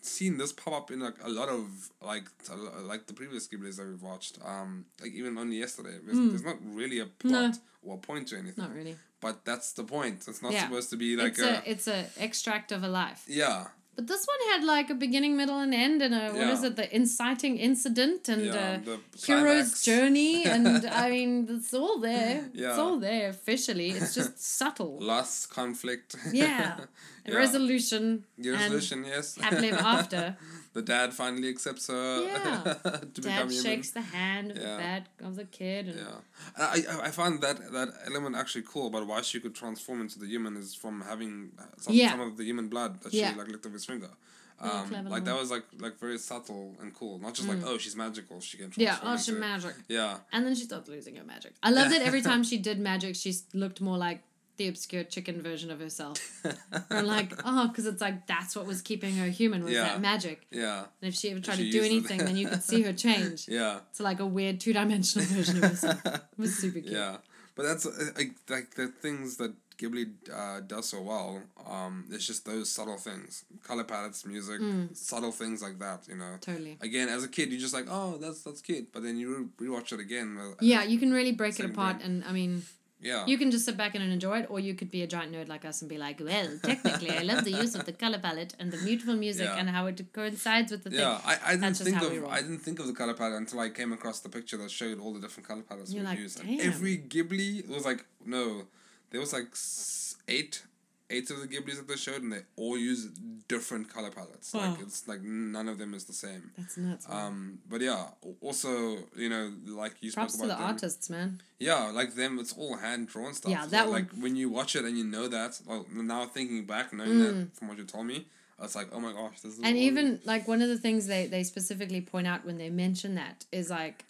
A: seen this pop up in like a lot of like t- like the previous Ghiblis that we've watched. Um, like even only yesterday, there's, there's not really a plot
B: Hmm. No.
A: or a point to anything.
B: Not really.
A: But that's the point. It's not
B: Yeah.
A: supposed to be like
B: it's
A: a,
B: a, it's a extract of a life.
A: yeah
B: But this one had like a beginning, middle, and end, and a what
A: Yeah.
B: is it? The inciting incident and
A: Yeah,
B: uh,
A: the
B: hero's
A: climax.
B: journey, and I mean, it's all there. It's
A: Yeah.
B: all there officially. It's just subtle.
A: loss conflict.
B: Yeah. And
A: Yeah.
B: Resolution.
A: The resolution, yes.
B: And happily ever after.
A: the dad finally accepts her
B: Yeah.
A: to become
B: Dad
A: human.
B: shakes the hand of the
A: Yeah.
B: bad of the kid, and
A: Yeah, I I- I found that that element actually cool about why she could transform into the human is from having uh, some,
B: Yeah.
A: some of the human blood that
B: Yeah.
A: she like licked off his finger.
B: Really
A: Um,
B: clever
A: like
B: little-
A: that was like like very subtle and cool, not just like oh she's magical she can transform.
B: yeah, oh, she's
A: into-"
B: magic.
A: Yeah,
B: And then she stopped losing her magic. I love that every time she did magic, she s- looked more like the obscure chicken version of herself. I'm like, oh, because it's like that's what was keeping her human was
A: Yeah.
B: that magic.
A: yeah,
B: And if she ever tried
A: she
B: to do
A: used it.
B: anything, then you could see her change
A: yeah,
B: to like a weird two dimensional version of herself. It was super cute.
A: yeah. But that's uh, like like the things that Ghibli uh, does so well. Um, it's just those subtle things, color palettes, music,
B: Mm.
A: subtle things like that. You know.
B: Totally.
A: Again, as a kid, you're just like, oh, that's that's cute. But then you re- rewatch it again. uh,
B: Yeah, you can really break it
A: Second
B: apart,
A: brain.
B: and I mean,
A: Yeah.
B: you can just sit back in and enjoy it, or you could be a giant nerd like us and be like, "Well, technically, I love the use of the color palette and the beautiful music
A: Yeah.
B: and how it coincides with the thing."
A: Yeah, I, I didn't
B: That's just
A: think
B: how we
A: of
B: roll.
A: I didn't think of the color palette until I came across the picture that showed all the different color palettes
B: You're
A: we
B: like,
A: used.
B: "Damn."
A: And every Ghibli it was like no, there was like s- eight, eight of the Ghiblis that they showed, and they all use different color palettes. Like
B: Wow.
A: it's like none of them is the same.
B: That's nuts. man.
A: Um, but yeah, al- also you know like you spoke
B: Props to
A: about
B: the
A: them.
B: artists, man.
A: Yeah, like them, it's all hand drawn stuff.
B: Yeah,
A: So,
B: that
A: like when you watch it and you know that. Well, now thinking back, knowing that from what you told me, it's like oh my gosh, this is.
B: Mm. and
A: all-
B: even like one of the things they, they specifically point out when they mention that is like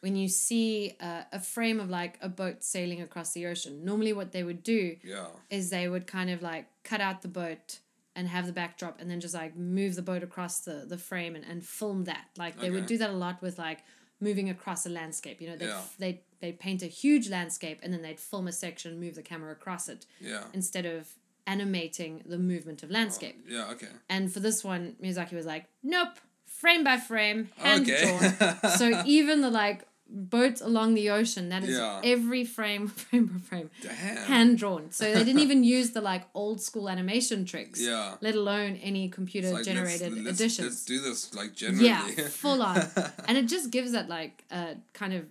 B: when you see uh, a frame of like a boat sailing across the ocean normally what they would do
A: yeah.
B: is they would kind of like cut out the boat and have the backdrop and then just like move the boat across the, the frame and, and film that like they would
A: Okay.
B: do that a lot with like moving across a landscape you know they
A: Yeah.
B: they they paint a huge landscape and then they'd film a section move the camera across it
A: Yeah.
B: instead of animating the movement
A: Oh.
B: of landscape
A: Yeah, okay.
B: And for this one, Miyazaki was like, nope, frame by frame, hand
A: okay.
B: drawn. so e- even the like boats along the ocean, that is
A: Yeah.
B: every frame, frame by frame,
A: Damn.
B: hand drawn. So they didn't even use the like old school animation tricks,
A: Yeah.
B: let alone any computer
A: It's like,
B: generated
A: let's, let's,
B: additions.
A: Let's do this like generally.
B: yeah, full on. And it just gives that like uh, kind of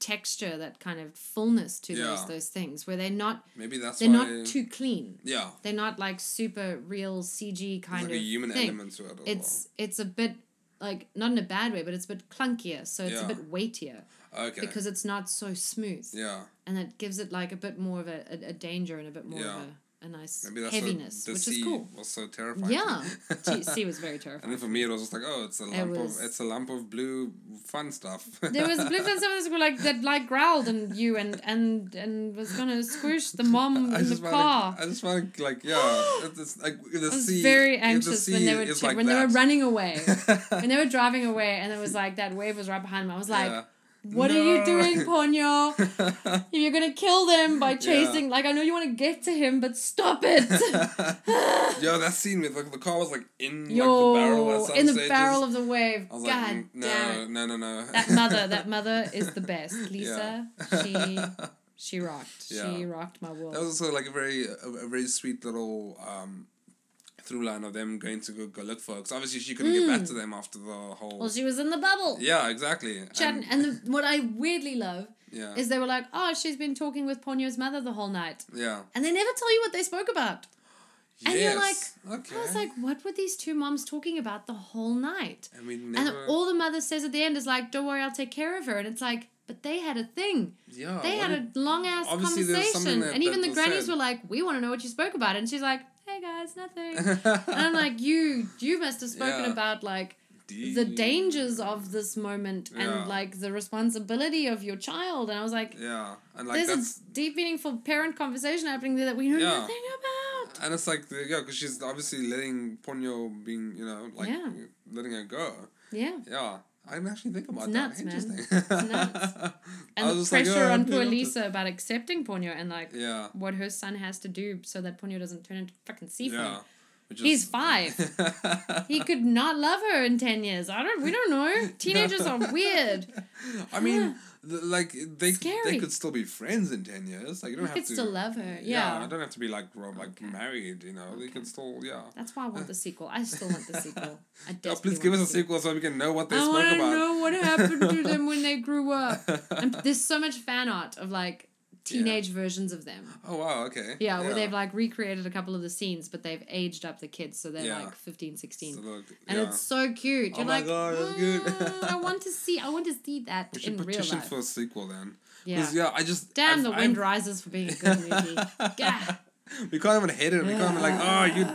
B: texture, that kind of fullness to
A: Yeah.
B: those those things where they're not
A: Maybe that's
B: they're
A: why.
B: not too clean.
A: yeah.
B: They're not like super real CG
A: There's
B: kind
A: like
B: of
A: a human
B: thing
A: element to it. As
B: it's it's a bit like not in a bad way, but it's a bit clunkier, so it's a
A: Yeah.
B: bit weightier
A: well. okay.
B: because it's not so smooth,
A: yeah,
B: and it gives it like a bit more of a, a, a danger and a bit more
A: Yeah.
B: of a a nice
A: Maybe that's
B: heaviness,
A: the, the
B: which
A: sea
B: is cool.
A: was so terrifying.
B: Yeah, T- sea was very
A: and
B: terrifying.
A: then for me, it was just like, oh, it's a lump
B: was-
A: of it's a lump of blue fun stuff.
B: There was blue fin someone that were like that like growled and you and and and was gonna squish the mom
A: I
B: in the
A: just found
B: car.
A: like, I just found like, yeah, it's, it's like the
B: I was
A: sea.
B: very
A: the
B: anxious when
A: sea
B: they were
A: is
B: ch- when they were running away, when they were driving away, and it was like that wave was right behind them. I was like,
A: Yeah.
B: "What are you
A: No.
B: doing, Ponyo? You're gonna kill them by chasing. Like I know you want to get to him, but stop it!
A: Yo, that scene with like the car was like in
B: Yo,
A: like the barrel at some
B: in the
A: stages.
B: barrel of the wave.
A: I was
B: God
A: like, "Mm,
B: damn
A: no,
B: it!
A: no, no, no.
B: That mother, that mother is the best. Lisa,
A: Yeah.
B: she she rocked. She
A: Yeah.
B: rocked my world.
A: That was also like a very a, a very sweet little um, through line of them going to go, go look for. Because obviously she couldn't get back to them after the whole.
B: well, she Hmm. was in the bubble.
A: yeah, exactly.
B: Chatting, and the, what I weirdly love
A: yeah,
B: is they were like, "Oh, she's been talking with Ponyo's mother the whole night."
A: yeah.
B: And they never tell you what they spoke about. And you're
A: Yes. okay.
B: I was like, what were these two moms talking about the whole night?
A: and we
B: And
A: never.
B: all the mother says at the end is like, don't worry, I'll take care of her. And it's like, but they had a thing.
A: yeah,
B: They
A: Oh, what
B: had a long ass
A: obviously there was
B: conversation.
A: something that-
B: and even the
A: that was
B: grannies
A: said.
B: were like, we want to know what you spoke about. And she's like, hey guys, nothing. and
A: did-
B: I'm like, you, you must have spoken
A: Yeah.
B: about like
A: D-
B: the dangers of this moment
A: Yeah.
B: and like the responsibility of your child. And I was like,
A: Yeah, and like
B: there's
A: that's
B: a deep, meaningful parent conversation happening there that we know
A: Yeah.
B: nothing about.
A: and it's like the, yeah, because she's obviously letting Ponyo being you know like
B: Yeah.
A: letting her go.
B: Yeah.
A: Yeah, I didn't actually think about
B: nuts,
A: that.
B: man.
A: Interesting.
B: nuts.
A: I
B: and the
A: was just like,
B: pressure
A: "Oh,
B: on
A: I'm
B: poor
A: doing it."
B: Lisa about accepting Ponyo and like
A: Yeah,
B: what her son has to do so that Ponyo doesn't turn into fucking seafood.
A: yeah. Which
B: He's five. He could not love her in ten years. I don't. We don't know. Teenagers are weird.
A: I mean,
B: Yeah.
A: th- like they
B: Scary.
A: they could still be friends in ten years. Like you don't
B: You
A: have
B: could
A: to.
B: still love her.
A: I
B: Yeah.
A: don't have to be like ro- like
B: Okay.
A: married. You know, they can still yeah.
B: That's why I want the sequel. I still want the sequel. I
A: Oh,
B: desperately
A: please give
B: want
A: us a
B: the
A: sequel so we can know what they
B: I
A: spoke
B: want to
A: about.
B: know what happened to them when they grew up. And there's so much fan art of like teenage versions of them.
A: oh wow! Okay.
B: Yeah, where they've like recreated a couple of the scenes, but they've aged up the kids so they're
A: Yeah.
B: like 15, 16.
A: So look,
B: and
A: yeah.
B: it's so cute.
A: Oh
B: You're
A: my
B: like,
A: God, that's good.
B: "Mm, I want to see, I want to see that
A: we should
B: in real
A: petition
B: life.
A: for a sequel then.
B: yeah.
A: 'Cause, yeah, I just
B: Damn,
A: I've-
B: the
A: I've-
B: wind rises for being a good movie. Gah.
A: we can't even hate it. We can't be like, oh, you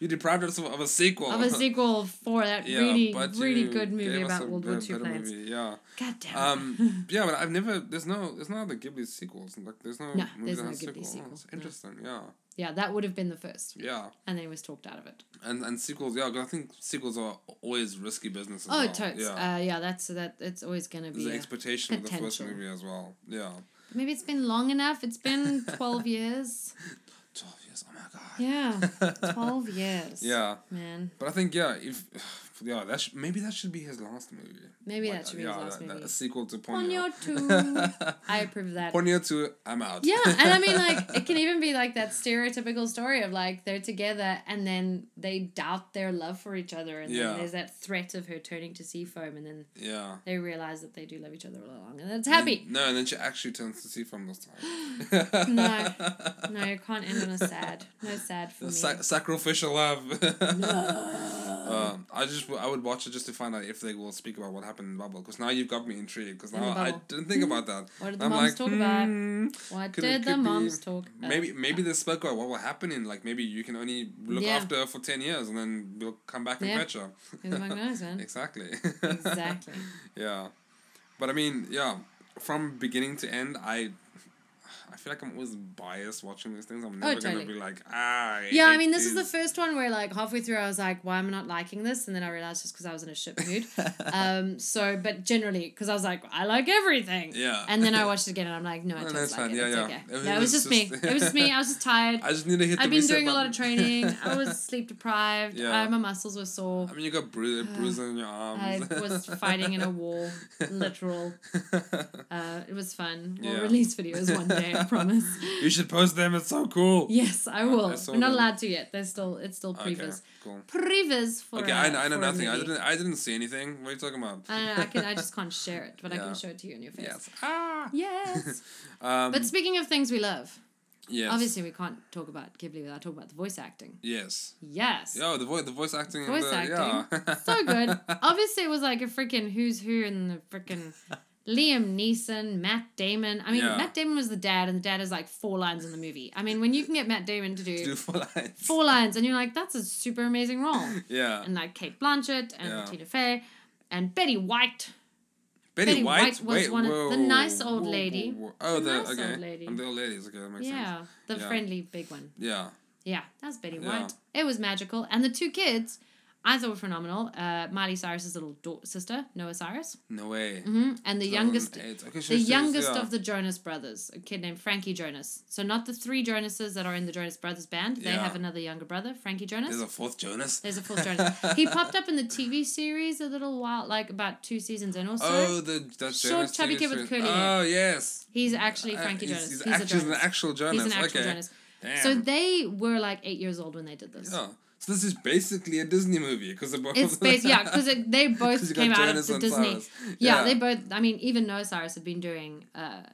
A: you deprived us of, of a sequel.
B: Of a sequel for that
A: Yeah,
B: really,
A: but
B: really
A: you
B: good movie
A: gave us
B: about
A: a
B: World War
A: bit-
B: II
A: better
B: planes.
A: movie, Yeah.
B: God damn.
A: Um, yeah, but I've never. There's no. There's no other Ghibli sequels. Like, there's no.
B: No,
A: movie
B: there's
A: that
B: no
A: has
B: Ghibli
A: sequels. Oh,
B: sequel,
A: it's
B: no.
A: interesting.
B: yeah, that would have been the first.
A: Yeah, yeah,
B: And then he was talked out of it.
A: and and sequels. Yeah, 'cause I think sequels are always risky business. As
B: Oh,
A: well.
B: totes.
A: Yeah,
B: Uh, yeah, that's that. It's always going to
A: there's
B: be.
A: an
B: a-
A: expectation of the first
B: potential.
A: movie as well. Yeah,
B: Maybe it's been long enough. It's been 12 years.
A: twelve years. Oh my god.
B: Yeah. 12 years.
A: Yeah,
B: Man.
A: but I think yeah, if yeah, that should, maybe that should be his last movie.
B: Maybe
A: Like,
B: that should be his
A: yeah,
B: last
A: that- that-
B: movie.
A: a sequel to Ponyo.
B: Ponyo 2. I approve of that.
A: Ponyo two. I'm out.
B: yeah, and I mean, like, it can even be like that stereotypical story of like they're together and then they doubt their love for each other, and
A: Yeah.
B: then there's that threat of her turning to seafoam, and then
A: yeah.
B: they realize that they do love each other all along, and then it's happy.
A: No, and then she actually turns to see from this time.
B: No. No, you can't end on a sad. No sad for
A: The
B: me.
A: sac- sacrificial love. Um, I just w- I would watch it just to find out if they will speak about what happened in the bubble because now you've got me intrigued because
B: In the
A: now I
B: bubble.
A: didn't think about that.
B: What did the
A: I'm
B: moms
A: like,
B: talk about?
A: hmm,
B: What
A: could it-
B: did the
A: could be-
B: moms talk?
A: maybe
B: about?
A: maybe they spoke about what will happen in like maybe you can only look
B: Yeah.
A: after her for ten years and then we'll come back and
B: Yeah.
A: fetch her.
B: Who the fuck knows, man?
A: exactly.
B: Exactly.
A: yeah, but I mean, yeah, from beginning to end, I. I feel like I'm always biased watching these things. I'm never
B: Oh, totally.
A: gonna be like, ah. I
B: Yeah, I
A: hate
B: mean, this is the
A: these."
B: first one where, like, halfway through, I was like, why am I not liking this? And then I realized just because I was in a shit mood. um, so, but generally, because I was like, I like everything.
A: Yeah.
B: And then I watched it again and I'm like, no, I
A: No,
B: don't
A: no,
B: like
A: it's fine.
B: it.
A: Yeah,
B: it's
A: yeah.
B: okay.
A: It was-
B: no, it was just me. It was just me. I was just tired.
A: I just need to hit.
B: I've
A: the
B: been
A: reset
B: doing a lot of
A: button.
B: training. I was sleep deprived.
A: Yeah.
B: Uh, my muscles were sore.
A: I mean, you got bru- bruises on your arms.
B: I was fighting in a wall, literal. Uh, it was fun. We'll
A: Yeah.
B: release videos one day, I promise.
A: you should post them. It's so cool.
B: Yes, I will.
A: I saw
B: We're not
A: them.
B: allowed to yet. They're still it's still
A: Okay,
B: previs.
A: cool.
B: Previs for
A: Okay,
B: a-
A: I, I
B: for
A: know
B: a
A: nothing. I
B: movie.
A: didn't. I didn't see anything. What are you talking about?
B: I don't know, I can I just can't share it, but I
A: Yeah.
B: can show it to you in your face.
A: yes. Ah.
B: Yes.
A: Um,
B: but speaking of things we love,
A: yes.
B: obviously we can't talk about Ghibli without talking about the voice acting.
A: Yes.
B: Yes.
A: Yo, the voice, the voice acting. and
B: Voice
A: the,
B: acting.
A: Yeah.
B: So good. Obviously it was like a freaking who's who in the freaking Liam Neeson, Matt Damon. I mean,
A: Yeah.
B: Matt Damon was the dad, and the dad is like four lines in the movie. I mean, when you can get Matt Damon to do,
A: Do four lines.
B: four lines, and you're like, that's a super amazing role.
A: Yeah.
B: And like Kate Blanchett and
A: Yeah.
B: Tina Fey and Betty White.
A: Betty,
B: Betty
A: White,
B: White was
A: wait,
B: one of- the
A: whoa,
B: nice old
A: whoa,
B: lady.
A: whoa, whoa. Oh,
B: The
A: the,
B: nice old
A: okay.
B: lady.
A: And the old ladies. Okay, that makes sense.
B: yeah, the
A: Yeah.
B: friendly big one.
A: Yeah.
B: Yeah, that's Betty
A: Yeah.
B: White. It was magical. And the two kids, I thought were phenomenal. Uh, Miley Cyrus's little da- sister, Noah Cyrus,
A: No way.
B: hmm and the youngest,
A: 2008. Okay, she
B: the
A: was- she was-
B: youngest
A: yeah.
B: of the Jonas brothers, a kid named Frankie Jonas. So not the three Jonases that are in the Jonas Brothers band. They
A: Yeah.
B: have another younger brother, Frankie Jonas.
A: There's a fourth Jonas.
B: There's a full Jonas. he popped up in the TV series a little while, like about two seasons in or so.
A: Oh, the that
B: Short,
A: Jonas
B: chubby kid
A: series
B: with
A: was-
B: curly hair.
A: Oh yes.
B: he's actually
A: Uh,
B: Frankie
A: he's-
B: Jonas. He's,
A: He's, act-
B: a
A: he's an
B: Jonas.
A: actual Jonas.
B: He's an actual
A: okay.
B: Jonas.
A: Damn. Oh.
B: So they were like eight years old when they did this.
A: Yeah. So this is basically a Disney movie because they're both.
B: It's based, yeah, because they
A: 'Cause
B: both
A: you
B: came
A: got
B: out
A: Jonas
B: of
A: and
B: the Disney.
A: Cyrus.
B: Yeah,
A: Yeah.
B: they both. I mean, even Noah Cyrus had been doing uh,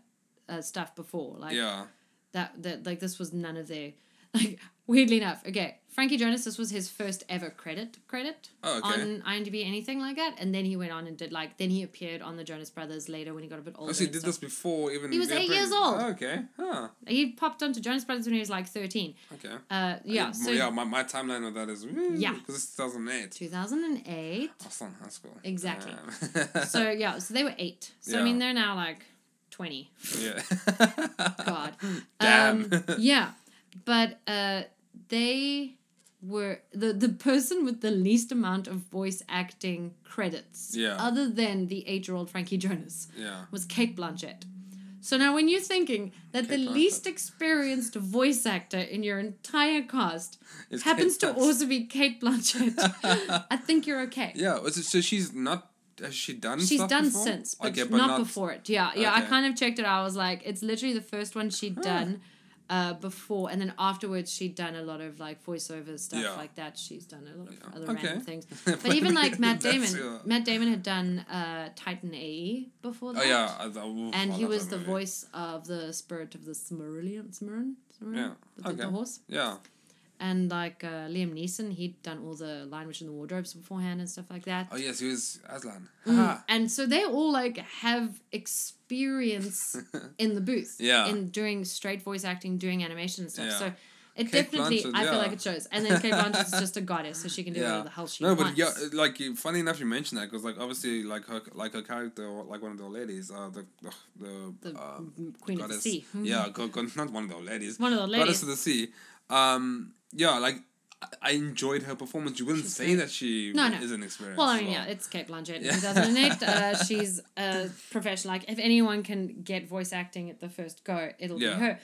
B: uh, stuff before, like
A: yeah.
B: that. That like this was none of their. Like weirdly enough, okay, Frankie Jonas. This was his first ever credit credit
A: Oh, okay.
B: on IMDb, anything like that. And then he went on and did like. Then he appeared on the Jonas Brothers later when he got a bit older.
A: Oh, so he
B: and
A: did
B: stuff.
A: this before even.
B: He was
A: they're
B: eight
A: pretty-
B: years old.
A: Oh, okay. Huh.
B: He popped onto Jonas Brothers when he was like thirteen.
A: Okay.
B: Uh, yeah, so
A: yeah. My, my timeline of that is.
B: Yeah.
A: Because it's 2008.
B: two thousand and eight.
A: I was still in high school.
B: Exactly.
A: Um,
B: So yeah, so they were eight. So I
A: Yeah.
B: mean, they're now like twenty.
A: yeah.
B: God.
A: Damn.
B: Um, yeah, but uh, they were the the person with the least amount of voice acting credits,
A: Yeah.
B: other than the eight year old Frankie Jonas,
A: yeah.
B: was Kate Blanchett. So now, when you're thinking that
A: Kate
B: the
A: Blanchett.
B: least experienced voice actor in your entire cast
A: It's
B: happens
A: Kate
B: to also be Kate Blanchett, I think you're okay.
A: Yeah. was it- So she's not. Has she done?
B: She's
A: stuff
B: done
A: before?
B: since, but,
A: Okay,
B: not, before it. Yeah, yeah. I
A: Okay.
B: kind of checked it. out. I was like, it's literally the first one she'd done uh, before, and then afterwards she'd done a lot of like voiceover stuff
A: Yeah.
B: like that. She's done a lot of
A: Yeah.
B: other
A: Okay.
B: random things. But even like Matt
A: That's
B: Damon,
A: your-
B: Matt Damon had done uh, Titan AE before that.
A: Oh yeah, I, I, oof,
B: And
A: I
B: he
A: love
B: was
A: that
B: the
A: movie.
B: voice of the spirit of the Cimmerillion, Cimmerillion, Cimmerillion?
A: Yeah.
B: The, the- the
A: Okay.
B: horse.
A: Yeah,
B: And like uh, Liam Neeson, he'd done all the Lion Witch in the Wardrobes beforehand and stuff like that.
A: Oh yes, he was Aslan.
B: Mm.
A: Ha.
B: And so they all like have experience in the booth.
A: Yeah.
B: In doing straight voice acting, doing animation and stuff.
A: Yeah.
B: So it
A: Kate
B: definitely
A: Blanchett,
B: I feel
A: yeah.
B: like it shows. And then Kate Blanchett is just a goddess, so she can do whatever the hell she
A: no,
B: wants.
A: but yeah, like you- funny enough, you mentioned that because like obviously like her like her character or like one of the old ladies, uh, the ugh, the,
B: The
A: uh,
B: Queen of the
A: goddess,
B: Sea. Hmm.
A: yeah, go, go, not one of the old ladies,
B: One of the old ladies.
A: goddess of the sea. Um, yeah, like I, I enjoyed her performance. You wouldn't
B: She's
A: say
B: great.
A: that she
B: No, no.
A: is an experience.
B: Well, I
A: as
B: mean, yeah, it's Kate Blanchett
A: Yeah.
B: in 2008. Uh, she's a professional. Like, if anyone can get voice acting at the first go, it'll
A: Yeah.
B: be her.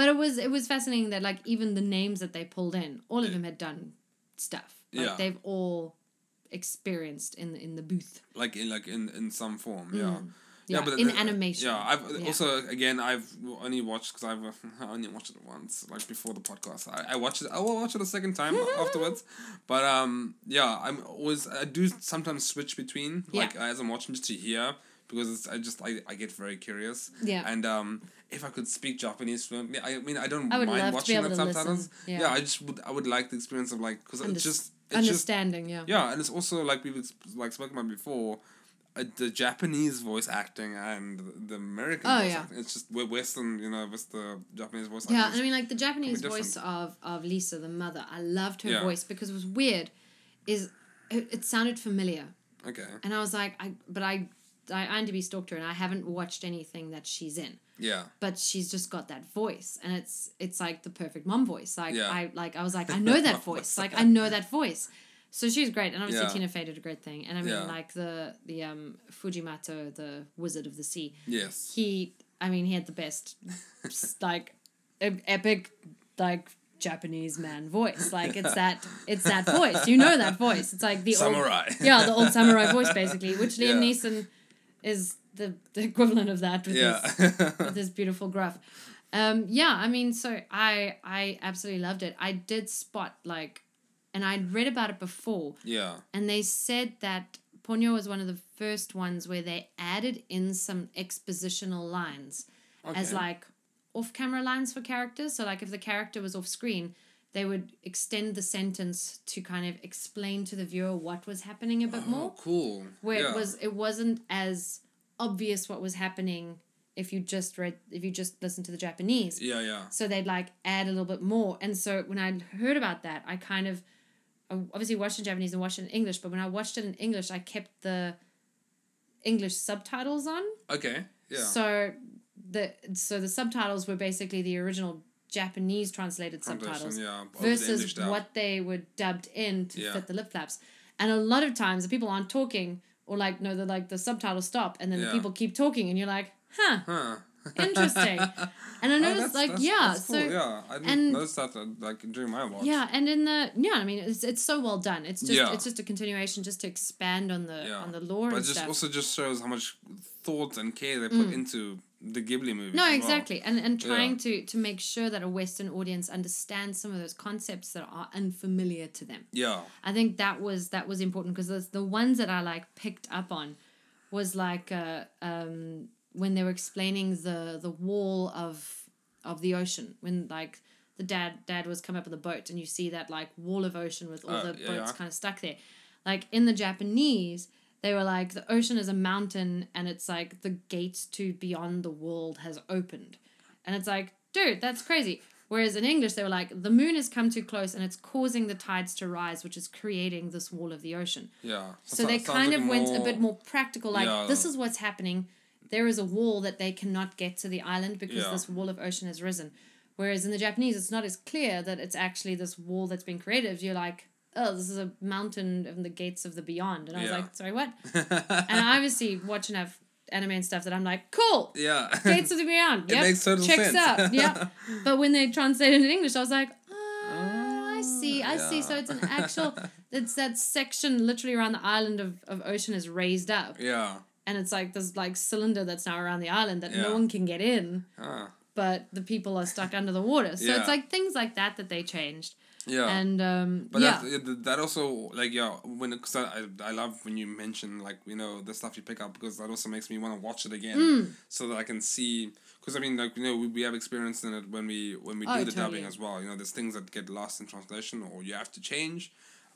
B: But it was it was fascinating that like even the names that they pulled in, all of them had done stuff. Like
A: Yeah.
B: they've all experienced in the, in the booth.
A: like in like in in some form yeah
B: Mm. Yeah, in
A: the- uh,
B: animation.
A: yeah i've
B: Yeah.
A: also again i've only watched because i've I only watched it once like before the podcast i, I watched it i will watch it a second time afterwards but um yeah i'm always i do sometimes switch between
B: Yeah.
A: like as i'm watching just to hear because it's, i just I, I get very curious
B: Yeah.
A: and um if i could speak japanese fluently i mean i don't
B: I would love
A: mind
B: to be
A: watching
B: able
A: the
B: to listen,
A: subtitles
B: yeah.
A: yeah. i just would i would like the experience of like because
B: Unders-
A: it's just it's just
B: Understanding, yeah.
A: yeah, and it's also like we've ex- like spoken about before, uh, the Japanese voice acting and the American.
B: Oh,
A: voice
B: yeah.
A: acting. it's just we're Western, you know, with the Japanese voice acting.
B: Yeah, and
A: is-
B: I mean, like the Japanese
A: different.
B: voice of of Lisa, the mother. I loved her
A: Yeah.
B: voice because it was weird. Is it, it sounded familiar,
A: okay,
B: and I was like, I but I I IMDb stalked her, and I haven't watched anything that she's in.
A: yeah,
B: But she's just got that voice, and it's it's like the perfect mom voice. Like
A: Yeah.
B: I like I was like I know that voice. Like I know that voice. So she's great, and obviously
A: Yeah.
B: Tina Fey did a great thing. And I mean,
A: Yeah.
B: like the the um, Fujimato, the Wizard of the Sea
A: yes,
B: he i mean he had the best s- like e- epic like japanese man voice like it's that it's that voice you know that voice it's like the
A: samurai.
B: old yeah the old samurai voice basically which liam
A: Yeah.
B: neeson is the, the equivalent of that with,
A: yeah,
B: his, with his beautiful gruff um yeah i mean so i i absolutely loved it i did spot like and i'd read about it before
A: yeah,
B: and they said that Ponyo was one of the first ones where they added in some expositional lines as
A: Okay.
B: like off camera lines for characters. So like if the character was off screen, they would extend the sentence to kind of explain to the viewer what was happening a bit
A: oh,
B: more.
A: cool.
B: Where
A: yeah.
B: it was it wasn't as obvious what was happening if you just read if you just listened to the Japanese.
A: Yeah, yeah.
B: So they'd like add a little bit more. And so when I heard about that, I kind of I obviously watched in Japanese and watched it in English, but when I watched it in English, I kept the English subtitles on.
A: Okay. Yeah.
B: So the so the subtitles were basically the original Japanese translated
A: Translation,
B: subtitles
A: yeah, of the English
B: versus
A: dub.
B: what they were dubbed in to
A: Yeah.
B: fit the lip flaps. And a lot of times the people aren't talking or like no the like the subtitles stop and then
A: Yeah.
B: the people keep talking and you're like, huh,
A: Huh.
B: interesting. and I
A: Oh,
B: noticed
A: that's-
B: like
A: that's-
B: yeah,
A: that's
B: so
A: cool, yeah. I didn't
B: and-
A: notice that uh, like during my watch.
B: yeah, and in the yeah, I mean it's it's so well done. It's just
A: Yeah.
B: it's just a continuation just to expand on the
A: Yeah.
B: on the lore
A: But it
B: and
A: just
B: stuff. Mm.
A: also just shows how much thought and care they put into the Ghibli movie.
B: no, exactly, and and trying to to make sure that a Western audience understands some of those concepts that are unfamiliar to them.
A: Yeah.
B: I think that was that was important because the the ones that I like picked up on was like uh, um, when they were explaining the the wall of of the ocean when like the dad dad was coming up with a boat and you see that like wall of ocean with all
A: Uh,
B: the
A: yeah,
B: boats
A: yeah.
B: kind of stuck there like in the Japanese they were like the ocean is a mountain and it's like the gates to beyond the world has opened and it's like dude that's crazy whereas in english they were like the moon has come too close and it's causing the tides to rise which is creating this wall of the ocean
A: Yeah.
B: so
A: it
B: they
A: sounds
B: kind
A: like
B: of went a bit more practical like
A: Yeah.
B: this is what's happening there is a wall that they cannot get to the island because
A: Yeah.
B: this wall of ocean has risen whereas in the japanese it's not as clear that it's actually this wall that's been created you're like oh this is a mountain and the gates of the beyond and i was
A: Yeah.
B: like sorry what and I obviously watch enough anime and stuff that I'm like, cool.
A: Yeah.
B: Gates of the Beyond.
A: It
B: Yep.
A: makes total
B: Checks
A: sense.
B: out. Yep. But when they translated it in English, I was like, ah, I see, I see.
A: Oh, yeah.
B: So it's an actual, it's that section literally around the island of, of ocean is raised up.
A: yeah.
B: And it's like this like cylinder that's now around the island that
A: Yeah.
B: no one can get in,
A: Ah.
B: but the people are stuck under the water. So
A: Yeah.
B: it's like things like that that they changed.
A: Yeah.
B: And um,
A: But
B: yeah.
A: that that, that also like yeah when because I, I I love when you mention like you know the stuff you pick up because that also makes me want to watch it again
B: Mm.
A: so that I can see because I mean like you know we, we have experience in it when we when we
B: Oh,
A: do the
B: totally.
A: dubbing as well you know there's things that get lost in translation or you have to change,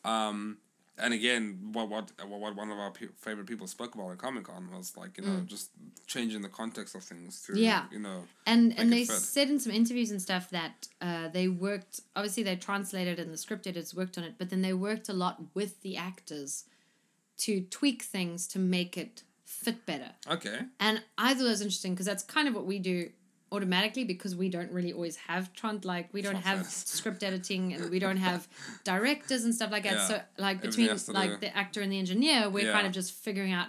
A: um and again what what what what one of our pe- favorite people spoke about at Comic Con was like you know just changing the context of things to
B: Mm. Yeah.
A: you know
B: and and
A: Make
B: they
A: it fit.
B: said in some interviews and stuff that uh, they worked obviously they translated and the script editors worked on it but then they worked a lot with the actors to tweak things to make it fit better
A: okay
B: and i thought that was interesting because that's kind of what we do automatically because we don't really always have trans like we don't have
A: Translators.
B: script editing and we don't have directors and stuff like that
A: Yeah.
B: so like
A: Everything
B: between
A: has to
B: like
A: do-
B: the actor and the engineer we're
A: Yeah.
B: kind of just figuring out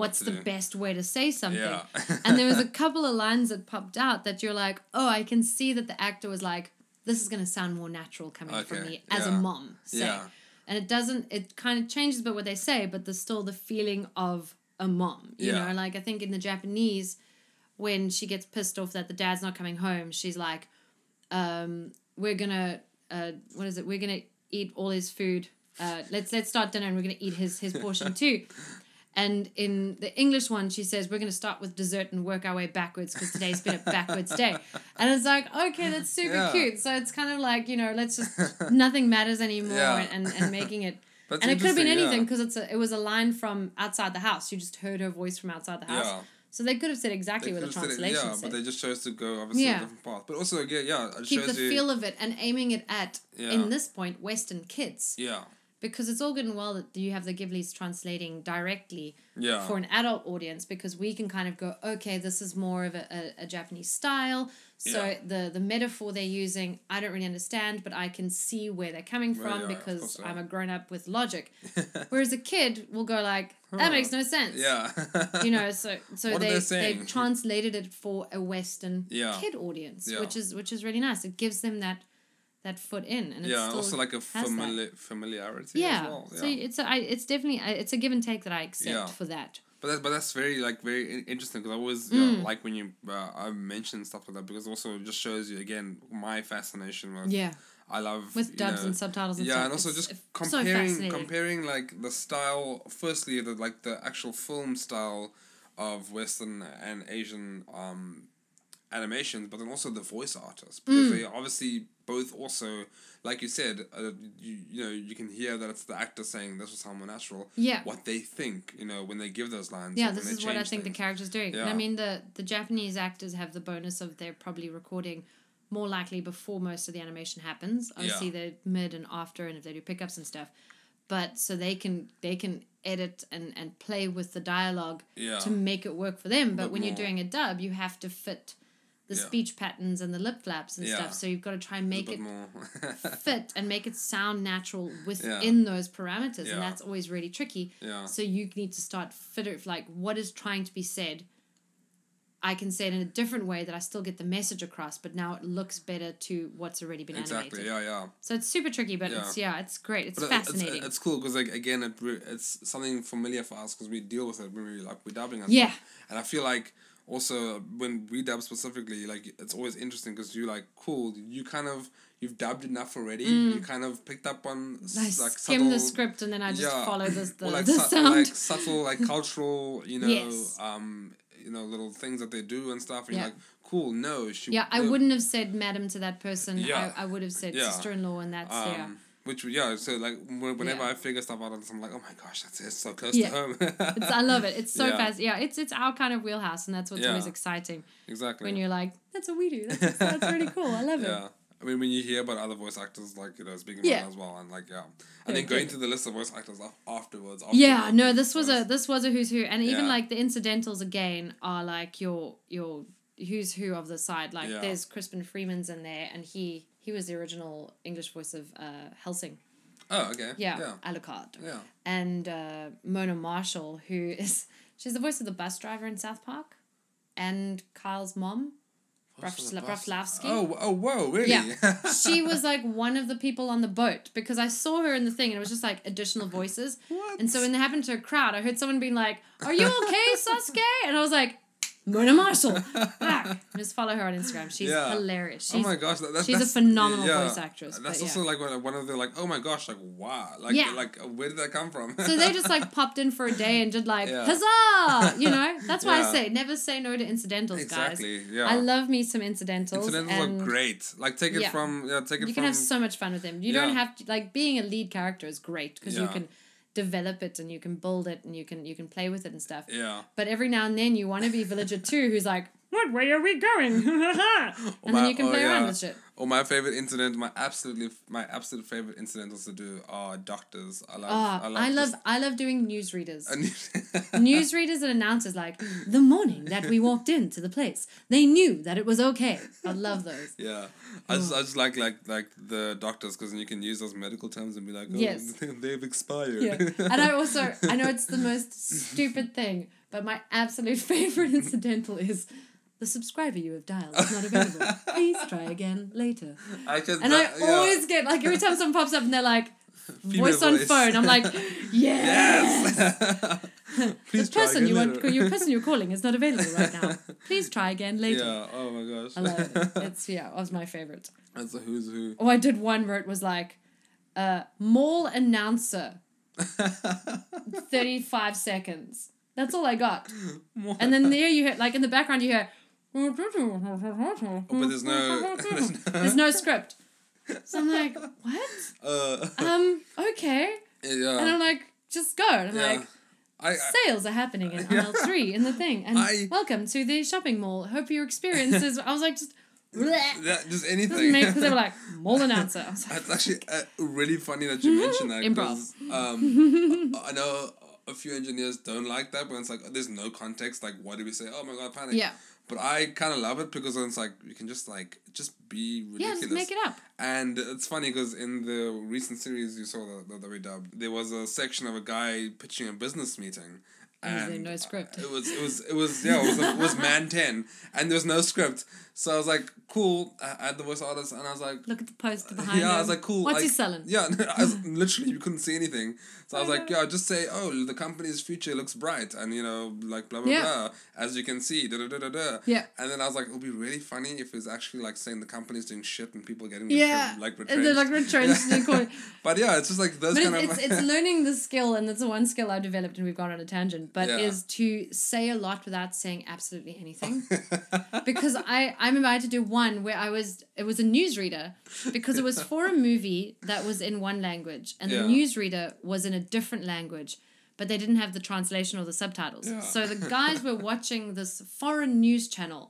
B: what's
A: to
B: the
A: do.
B: best way to say something
A: yeah
B: and there was a couple of lines that popped out that you're like, oh, I can see that the actor was like, this is going to sound more natural coming from
A: Okay,
B: me as a
A: yeah.
B: mom, say.
A: Yeah.
B: And it doesn't, it kind of changes but what they say, but there's still the feeling of a mom. You
A: Yeah.
B: know, like I think in the Japanese, when she gets pissed off that the dad's not coming home, she's like, um, we're going to, uh, what is it? We're going to eat all his food. Uh, let's let's start dinner and we're going to eat his his portion too. And in the English one, she says, We're going to start with dessert and work our way backwards because today's been a backwards day. And it's like, okay, that's super
A: Yeah.
B: cute. So it's kind of like, you know, let's just, nothing matters anymore
A: Yeah.
B: and, and making it.
A: That's
B: and it could have been
A: interesting, yeah.
B: anything because it's a, it was a line from outside the house. You just heard her voice from outside the house.
A: Yeah.
B: So they could have said exactly
A: They
B: what the
A: could've said it-
B: translation
A: yeah
B: said.
A: but they just chose to go obviously
B: Yeah.
A: a different path but also again yeah it
B: Keep
A: shows
B: the
A: you
B: feel of it and aiming it at,
A: Yeah.
B: in this point, Western kids.
A: yeah
B: Because it's all good and well that you have the Ghiblis translating directly.
A: yeah
B: for an adult audience because we can kind of go, okay, this is more of a, a, a Japanese style. So
A: Yeah.
B: the the metaphor they're using, I don't really understand, but I can see where they're coming
A: Well,
B: from
A: yeah, of
B: because
A: course, yeah.
B: I'm a grown up with logic. Whereas a kid will go like, that
A: Huh.
B: makes no sense.
A: Yeah.
B: You know, so so
A: What
B: they
A: are they
B: they
A: saying?
B: have translated it for a Western
A: Yeah.
B: kid audience,
A: Yeah.
B: which is which is really nice. It gives them that that foot in, and it's
A: yeah,
B: still
A: also like a
B: has that.
A: famili- familiarity
B: yeah.
A: as well. Yeah.
B: So it's a, I, it's definitely I- it's a give and take that I accept
A: Yeah.
B: for that.
A: but that's but that's very like very in- interesting because I always
B: Mm.
A: yeah, like when you uh, I mention stuff like that because also it just shows you again my fascination with
B: Yeah.
A: I love
B: with
A: you
B: dubs
A: know,
B: and subtitles and
A: yeah,
B: stuff.
A: and also
B: It's
A: just
B: f- so
A: comparing
B: fascinating.
A: comparing like the style. Firstly, the like the actual film style of Western and Asian um, animations, but then also the voice artists
B: Mm.
A: because they obviously both also, like you said, uh, you, you know you can hear that it's the actor saying this was someone natural.
B: Yeah.
A: What they think, you know, when they give those lines.
B: Yeah,
A: or
B: this
A: when they
B: is what I
A: change
B: think the
A: things.
B: character's doing. And I
A: Yeah.
B: mean, the the Japanese actors have the bonus of they're probably recording more likely before most of the animation happens. Obviously,
A: Yeah.
B: they're mid and after, and if they do pickups and stuff, but so they can they can edit and and play with the dialogue
A: Yeah.
B: to make it work for them. But,
A: But
B: when you're
A: more-
B: doing a dub, you have to fit the
A: Yeah.
B: speech patterns and the lip flaps and
A: Yeah.
B: stuff. So you've got to try and
A: It's
B: make
A: a bit
B: it
A: more.
B: fit and make it sound natural within those parameters
A: Yeah.
B: and that's always really tricky
A: Yeah.
B: so you need to start figure like what is trying to be said i can say it in a different way that i still get the message across but now it looks better to what's already been
A: exactly.
B: animated
A: Yeah. Yeah.
B: so it's super tricky but
A: Yeah.
B: it's yeah it's great it's
A: But it- it's- uh,
B: fascinating
A: It's, cool because like again, it, re- it's something familiar for us because we deal with it when we like we're dubbing. And
B: Yeah.
A: stuff. and I feel like also when we dub specifically, like it's always interesting because you like cool. You kind of you've dubbed enough already.
B: Mm.
A: You kind of picked up on s-
B: i
A: like
B: skim
A: subtle,
B: the script and then i just follow this the,
A: Or, like,
B: the
A: su-
B: sound
A: like subtle like cultural you know
B: Yes.
A: um you know little things that they do and stuff. And
B: Yeah.
A: you're like cool. No, she.
B: yeah i
A: no,
B: wouldn't have said madam to that person
A: Yeah.
B: I, I would have said
A: Yeah.
B: sister-in-law and that's
A: Um,
B: yeah
A: Which yeah, so like wh- whenever
B: Yeah.
A: I figure stuff out, I'm like, oh my gosh, that's it's so close
B: Yeah.
A: to home.
B: it's, i love it it's so
A: Yeah.
B: fast yeah it's it's our kind of wheelhouse and that's what's always
A: Yeah.
B: exciting
A: Exactly.
B: when you're like, that's what we do. That's, that's really cool. I love
A: yeah.
B: it.
A: I mean, when you hear about other voice actors, like, you know, speaking
B: Yeah.
A: about it as well, and like, yeah. And then going through the list of voice actors af- afterwards. after
B: Yeah,
A: the
B: no,
A: thing,
B: this was
A: so
B: a
A: it's-
B: this was a who's who, and even
A: Yeah.
B: like the incidentals again are like your your who's who of the side. Like
A: Yeah.
B: there's Crispin Freeman's in there, and he he was the original English voice of uh, Helsing.
A: Oh, okay.
B: Yeah,
A: Yeah.
B: Alucard.
A: Yeah.
B: and uh, Mona Marshall, who is she's the voice of the bus driver in South Park, and Kyle's mom. Ruff-
A: What's the
B: Ruff-
A: bus-
B: Rufflowski.
A: Oh, w- oh, whoa, really? Oh
B: Yeah. she was like one of the people on the boat because I saw her in the thing and it was just like additional voices.
A: What?
B: And so when that happened to a crowd, I heard someone being like, Are you okay, Sasuke? And I was like, Mona Marshall, back. And Just follow her on Instagram. She's
A: Yeah.
B: hilarious.
A: oh
B: She's,
A: my gosh, that, that,
B: she's a
A: that's,
B: phenomenal voice actress, but
A: That's
B: yeah.
A: also like one of- one of the like, oh my gosh, like wow, like
B: Yeah.
A: like where did that come from?
B: so they just like popped in for a day and did like,
A: Yeah.
B: huzzah! You know? That's why I
A: Yeah.
B: say never say no to incidentals, guys.
A: exactly, yeah.
B: I love me some incidentals.
A: Incidentals
B: and
A: are great. Like take it
B: Yeah.
A: from yeah, take
B: you
A: it from
B: can have so much fun with them. You don't
A: Yeah.
B: have to like being a lead character is great because you
A: Yeah.
B: can develop it and you can build it and you can you can play with it and stuff.
A: yeah.
B: But every now and then you want to be villager two who's like, what way are we going? and then
A: my-
B: you can
A: oh,
B: play around
A: yeah.
B: with shit.
A: Or my favorite incident, my absolutely my absolute favorite incidentals to do are doctors. I love.
B: Oh,
A: I love.
B: I love
A: just-
B: I love doing newsreaders.
A: and-
B: newsreaders and announcers like the morning that we walked into the place, they knew that it was okay. I love those.
A: yeah, I
B: Oh.
A: just, I just like like like the doctors because you can use those medical terms and be like, oh,
B: Yes.
A: they've expired.
B: Yeah. And I also I know it's the most stupid thing, but my absolute favorite incidental is the subscriber you have dialed is not available. Please try again later.
A: I just
B: And
A: that-
B: I
A: yeah.
B: always get like every time someone pops up and they're like
A: Female
B: voice on
A: voice.
B: phone, I'm like, yes.
A: yes.
B: The
A: Please try
B: person
A: again
B: you want,
A: later.
B: your person you're calling is not available right now. Please try again later.
A: Yeah. Oh my gosh.
B: I love it. It's yeah, it was my favorite.
A: That's a who's who.
B: Oh, I did one where it was like, uh, mall announcer, thirty five seconds. That's all I got. And then there you hear, like in the background, you hear.
A: Oh, but there's no- there's no-
B: There's no script. So I'm like, what?
A: Uh,
B: Um, okay.
A: yeah.
B: And I'm like, just go. And I'm
A: yeah.
B: like,
A: I, I
B: sales are happening in
A: Yeah.
B: aisle three in the thing. And
A: I-
B: welcome to the shopping mall. Hope your experience is. I was like, just. Bleh.
A: that, just anything.
B: Doesn't make because they were like mall announcer. I was like,
A: It's actually uh, really funny that you mentioned that.
B: Improv.
A: 'cause, Um, I know a few engineers don't like that when it's like there's no context. Like, why do we say, "Oh my god, panic"?
B: Yeah.
A: But I kind of love it because then it's like you can just like just be
B: yeah,
A: ridiculous.
B: just make it up.
A: And it's funny because in the recent series you saw that, that, that we dubbed, there was a section of a guy pitching a business meeting.
B: And there's
A: And
B: no script.
A: It was it was it was yeah it was, it was man ten and there was no script so I was like cool I I had the voice artist and I was like
B: Look at the poster behind
A: yeah, I was
B: him.
A: like, cool.
B: What's
A: like,
B: he selling?
A: Yeah, I was, literally, you couldn't see anything. So I was
B: I
A: like,
B: know.
A: yeah, just say, oh, the company's future looks bright, and you know, like blah blah
B: Yeah.
A: blah. As you can see, da da da da da.
B: Yeah.
A: And then I was like, it would be really funny if it was actually like saying the company's doing shit and people getting
B: Yeah.
A: retren- like
B: And
A: retrenched.
B: they're, like, retrenched
A: Yeah.
B: and called-
A: but yeah, it's just like those
B: But
A: kind
B: it's,
A: of.
B: it's, it's learning the skill, and that's the one skill I've developed, and we've gone on a tangent. but
A: Yeah.
B: is to say a lot without saying absolutely anything. because I, I remember I had to do one where I was it was a newsreader because it was for a movie that was in one language and
A: Yeah.
B: the newsreader was in a different language, but they didn't have the translation or the subtitles.
A: Yeah.
B: So the guys were watching this foreign news channel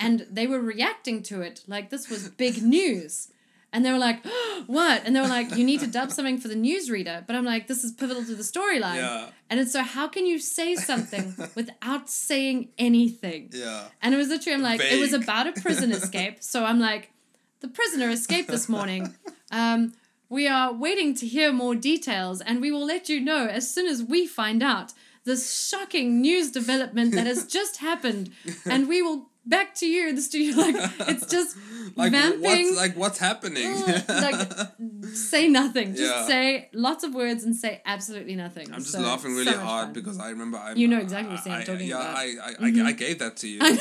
B: and they were reacting to it like this was big news. And they were like, what? And they were like, you need to dub something for the newsreader. But I'm like, this is pivotal to the storyline.
A: Yeah.
B: And it's so, how can you say something without saying anything?
A: yeah.
B: And it was literally, I'm like, it was
A: Vague.
B: about a prison escape. So I'm like, the prisoner escaped this morning. Um, we are waiting to hear more details, and we will let you know as soon as we find out this shocking news development that has just happened, and we will back to you in the studio. Like it's just
A: Like
B: vamping. Mm,
A: what's like what's happening?
B: Ugh, say nothing. Just
A: Yeah.
B: say lots of words and say absolutely nothing.
A: I'm just
B: So,
A: laughing
B: so much
A: really hard
B: fun.
A: because I remember I.
B: You know exactly what
A: I,
B: I'm talking
A: yeah,
B: about. Mm-hmm.
A: I, I, I, I gave that to you. I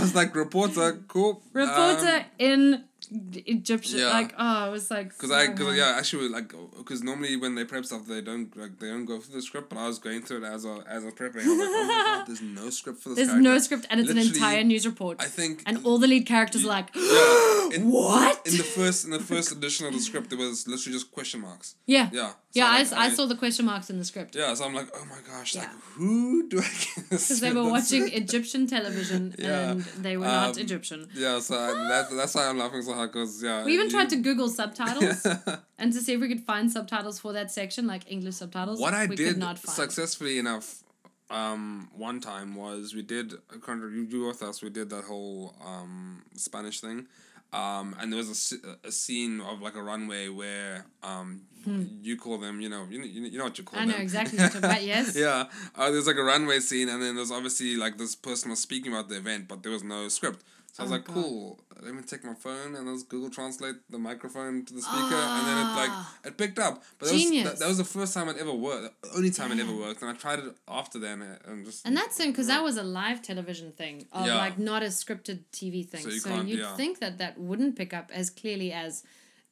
A: was like reporter, cool. Um,
B: reporter in Egyptian.
A: yeah.
B: Like oh, it was like
A: because I,
B: so
A: cause,
B: hard.
A: yeah, actually, like, because normally when they prep stuff, they don't like they don't go through the script. But I was going through it as I as I was prepping. I was like, oh my god, there's no script for this.
B: There's
A: character.
B: no script, and it's an
A: Literally,
B: entire news report.
A: I think
B: and all the lead characters are like,
A: Yeah, in-
B: what? Oh
A: in the first in the first edition of the script, there was literally just question marks.
B: yeah,
A: Yeah. So,
B: yeah. I,
A: like,
B: s- I saw the question marks in the script
A: Yeah, so I'm like, oh my gosh, like
B: Yeah.
A: who do I? Because
B: because they were watching Egyptian television
A: Yeah.
B: and they were not
A: Um,
B: Egyptian.
A: Yeah, so I, that, that's why I'm laughing so hard because yeah.
B: We even
A: you-
B: tried to Google subtitles and to see if we could find subtitles for that section, like English subtitles.
A: what I
B: we
A: did
B: could not find.
A: successfully enough, um, one time was we did a country you you were with us. We did that whole um Spanish thing. Um, and there was a s- a, scene of like a runway where um, you call them, you know, you, know- you know what you call
B: Hmm. I
A: them.
B: know exactly what you're talking about, yes.
A: yeah. Uh, there's like a runway scene, and then there's obviously like this person was speaking about the event, but there was no script. So I was
B: Oh,
A: like,
B: God.
A: cool, let me take my phone and let's Google Translate the microphone to the speaker, and then it like
B: Ah.
A: it picked up. But that was,
B: Genius.
A: that, that was the first time it ever worked, the only time it ever worked, and I tried it after then, and- and just
B: And that's in because that was a live television thing, of
A: Yeah.
B: like not a scripted TV thing. So,
A: So you
B: you
A: can't-
B: would
A: yeah.
B: think that that wouldn't pick up as clearly as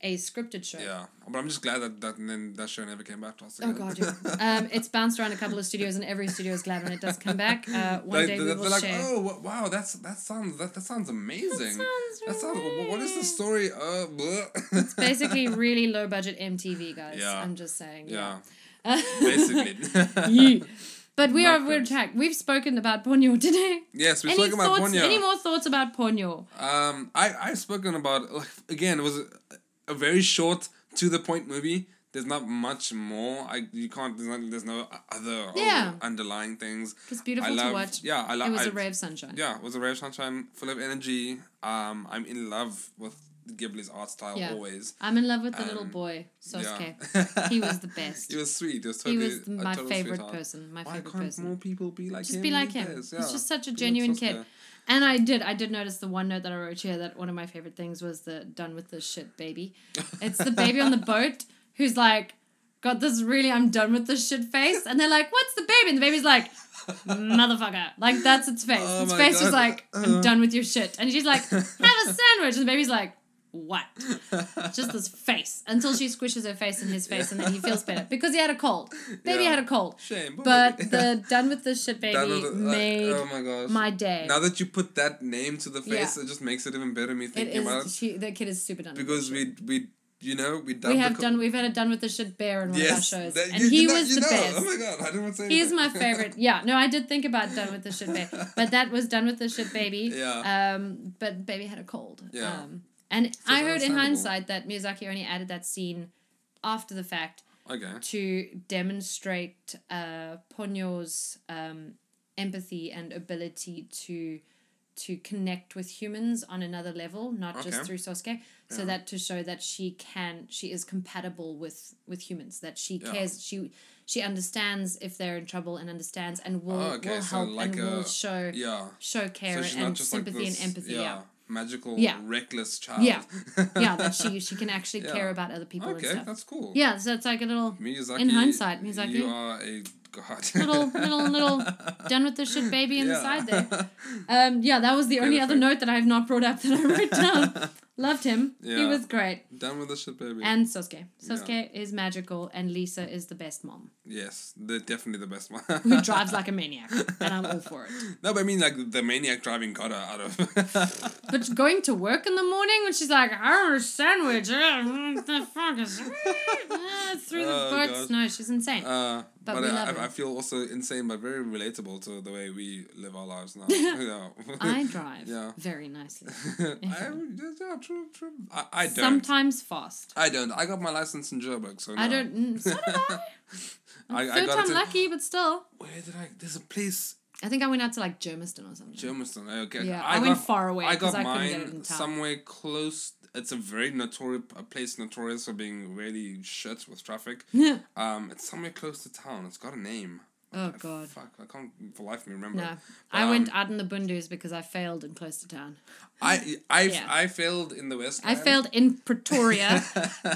B: a scripted show.
A: yeah. But I'm just glad that that and then that show never came back to us.
B: Oh
A: again.
B: god, yeah. um, it's bounced around a couple of studios, and every studio is glad when it does come back. Uh, one day
A: Like,
B: we
A: they're, they're
B: will
A: like,
B: share.
A: oh wa- wow, that's that sounds that, that sounds amazing.
B: sounds
A: That sounds. wha- What is the
B: right.
A: story? Uh, it's
B: Basically, really low budget MTV guys.
A: Yeah.
B: I'm just saying.
A: yeah,
B: yeah.
A: basically.
B: Yeah. But we are we're
A: Knuckles.
B: track. We've spoken about Ponyo today.
A: Yes, we
B: any
A: spoke about
B: thoughts?
A: Ponyo.
B: Any more thoughts about Ponyo?
A: Um, I I've spoken about like again. It was a, a very short, to the point movie. There's not much more. I you can't. There's, not, there's no other
B: Yeah.
A: oh, underlying things.
B: It was beautiful
A: I
B: to
A: love.
B: watch.
A: Yeah, I love.
B: It was
A: a
B: a ray of sunshine.
A: Yeah, it was a ray of sunshine, full of energy. Um, I'm in love with Ghibli's art style
B: Yeah.
A: always.
B: I'm in love with the little
A: Um,
B: boy Sosuke.
A: Yeah.
B: He was the best.
A: he was sweet. He was
B: He
A: totally.
B: was
A: a
B: my
A: total
B: favorite
A: sweetheart.
B: person. My
A: Why
B: favorite
A: can't
B: person.
A: more people be like
B: just
A: him?
B: be like
A: He
B: him.
A: is,
B: He's
A: yeah.
B: just such a
A: Be like
B: genuine kid.
A: Sasuke.
B: And I did. I did notice the one note that I wrote here that one of my favorite things was the "done with this shit, baby." It's the baby on the boat who's like, got this really "I'm done with this shit" face, and they're like, "What's the baby?" And the baby's like, "Motherfucker!" Like that's its face.
A: Oh
B: its
A: my
B: face was
A: God.
B: like, "I'm
A: Uh.
B: done with your shit," and she's like, "Have a sandwich," and the baby's like, "What?" Just this face until she squishes her face in his face, and then he feels better because he had a cold. Baby
A: Yeah.
B: had a cold.
A: Shame,
B: But
A: baby.
B: the done with this shit baby
A: That was, like,
B: made
A: oh my gosh.
B: my day.
A: Now that you put that name to the face,
B: Yeah.
A: it just makes it even better. Me
B: it
A: thinking about
B: is
A: it
B: she, that kid is super done. with
A: because
B: this shit.
A: we we you know we done
B: we
A: the
B: have
A: co-
B: done we've had a done with this shit bear in one
A: yes
B: of our shows,
A: that-
B: and
A: you-
B: he
A: you know-
B: was
A: you
B: the
A: know.
B: best.
A: Oh my god! I didn't want to say.
B: He's my
A: anything.
B: favorite. Yeah, no, I did think about done with this shit baby, but that was done with this shit baby.
A: Yeah.
B: Um, but baby had a cold.
A: Yeah.
B: Um, and I heard in
A: understandable.
B: hindsight that Miyazaki only added that scene after the fact
A: okay.
B: to demonstrate uh, Ponyo's um, empathy and ability to to connect with humans on another level, not just
A: Okay.
B: through Sosuke. So
A: Yeah.
B: that to show that she can, she is compatible with with humans. That she
A: Yeah.
B: cares. She she understands if they're in trouble and understands and will
A: Oh, okay,
B: will
A: so
B: help
A: like
B: and will
A: a-
B: show
A: Yeah.
B: show care and sympathy and empathy.
A: Yeah.
B: Yeah.
A: Magical,
B: Yeah.
A: reckless child.
B: Yeah. yeah, that she she can actually
A: Yeah.
B: care about other people and
A: okay,
B: stuff.
A: that's cool.
B: Yeah, so it's like a little
A: Miyazaki.
B: In hindsight, Miyazaki.
A: You are a god.
B: little little little done with this shit baby in the
A: Yeah.
B: side there. Um, yeah, that was the only other
A: Perfect.
B: note that I have not brought up that I wrote down. Loved him. He
A: Yeah.
B: was great.
A: Done with the shit, baby.
B: And Sosuke. Sosuke is magical, and Lisa is the best mom
A: yes, they're definitely the best one.
B: who drives like a maniac, and I'm all for it.
A: No, but I mean like the maniac driving Gotta out of. Uh,
B: But going to work in the morning when she's like, I want a sandwich. uh, what the fuck is uh, through the
A: Oh,
B: books?
A: God.
B: No, she's insane.
A: Uh,
B: But
A: but
B: we
A: I,
B: love
A: I- I
B: her.
A: feel also insane, but very relatable to the way we live our lives now. yeah.
B: I drive
A: yeah.
B: very nicely.
A: I, yeah, true, true. I, I don't.
B: Sometimes fast.
A: I don't. I got my license in Joburg, so no.
B: I don't. mm, So did I.
A: I, I
B: Third
A: got
B: time
A: it. in-
B: lucky, but still.
A: Where did I? There's a place,
B: I think I went out to like Germiston or something.
A: Germiston. Okay.
B: Yeah,
A: I,
B: I
A: got,
B: went far away
A: I
B: 'cause
A: got
B: I couldn't
A: mine
B: get it in town.
A: somewhere close. It's a very notorious a place notorious for being really shit with traffic. um, it's somewhere close to town. It's got a name.
B: oh
A: I-
B: god.
A: Fuck, I can't for life of me remember.
B: No.
A: it.
B: I
A: um,
B: went out in the Bundus because I failed in close to town.
A: I I
B: Yeah.
A: I failed in the West.
B: I failed in Pretoria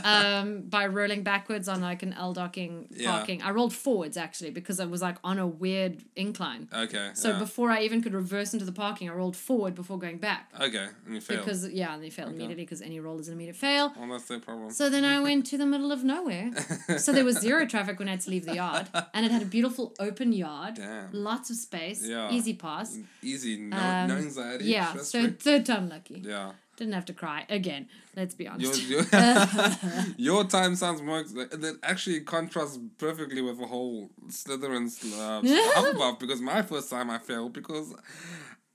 B: um, by rolling backwards on like an L docking
A: Yeah.
B: parking. I rolled forwards actually because I was like on a weird incline.
A: Okay.
B: So
A: Uh, yeah.
B: before I even could reverse into the parking, I rolled forward before going back.
A: Okay, and you failed.
B: Because yeah, and they failed immediately because any roll is an immediate fail.
A: well, that's their problem.
B: So then I went to the middle of nowhere. So there was zero traffic when I had to leave the yard, and it had a beautiful open yard,
A: Damn.
B: lots of space,
A: Yeah.
B: easy pass.
A: Easy, no,
B: Um,
A: no anxiety.
B: yeah,
A: stress
B: so
A: free.
B: third time lucky.
A: yeah.
B: Didn't have to cry again. Let's be
A: Your,
B: honest.
A: your, your time sounds more ex- that actually contrasts perfectly with the whole Slytherin's uh, Hufflepuff because my first time I failed because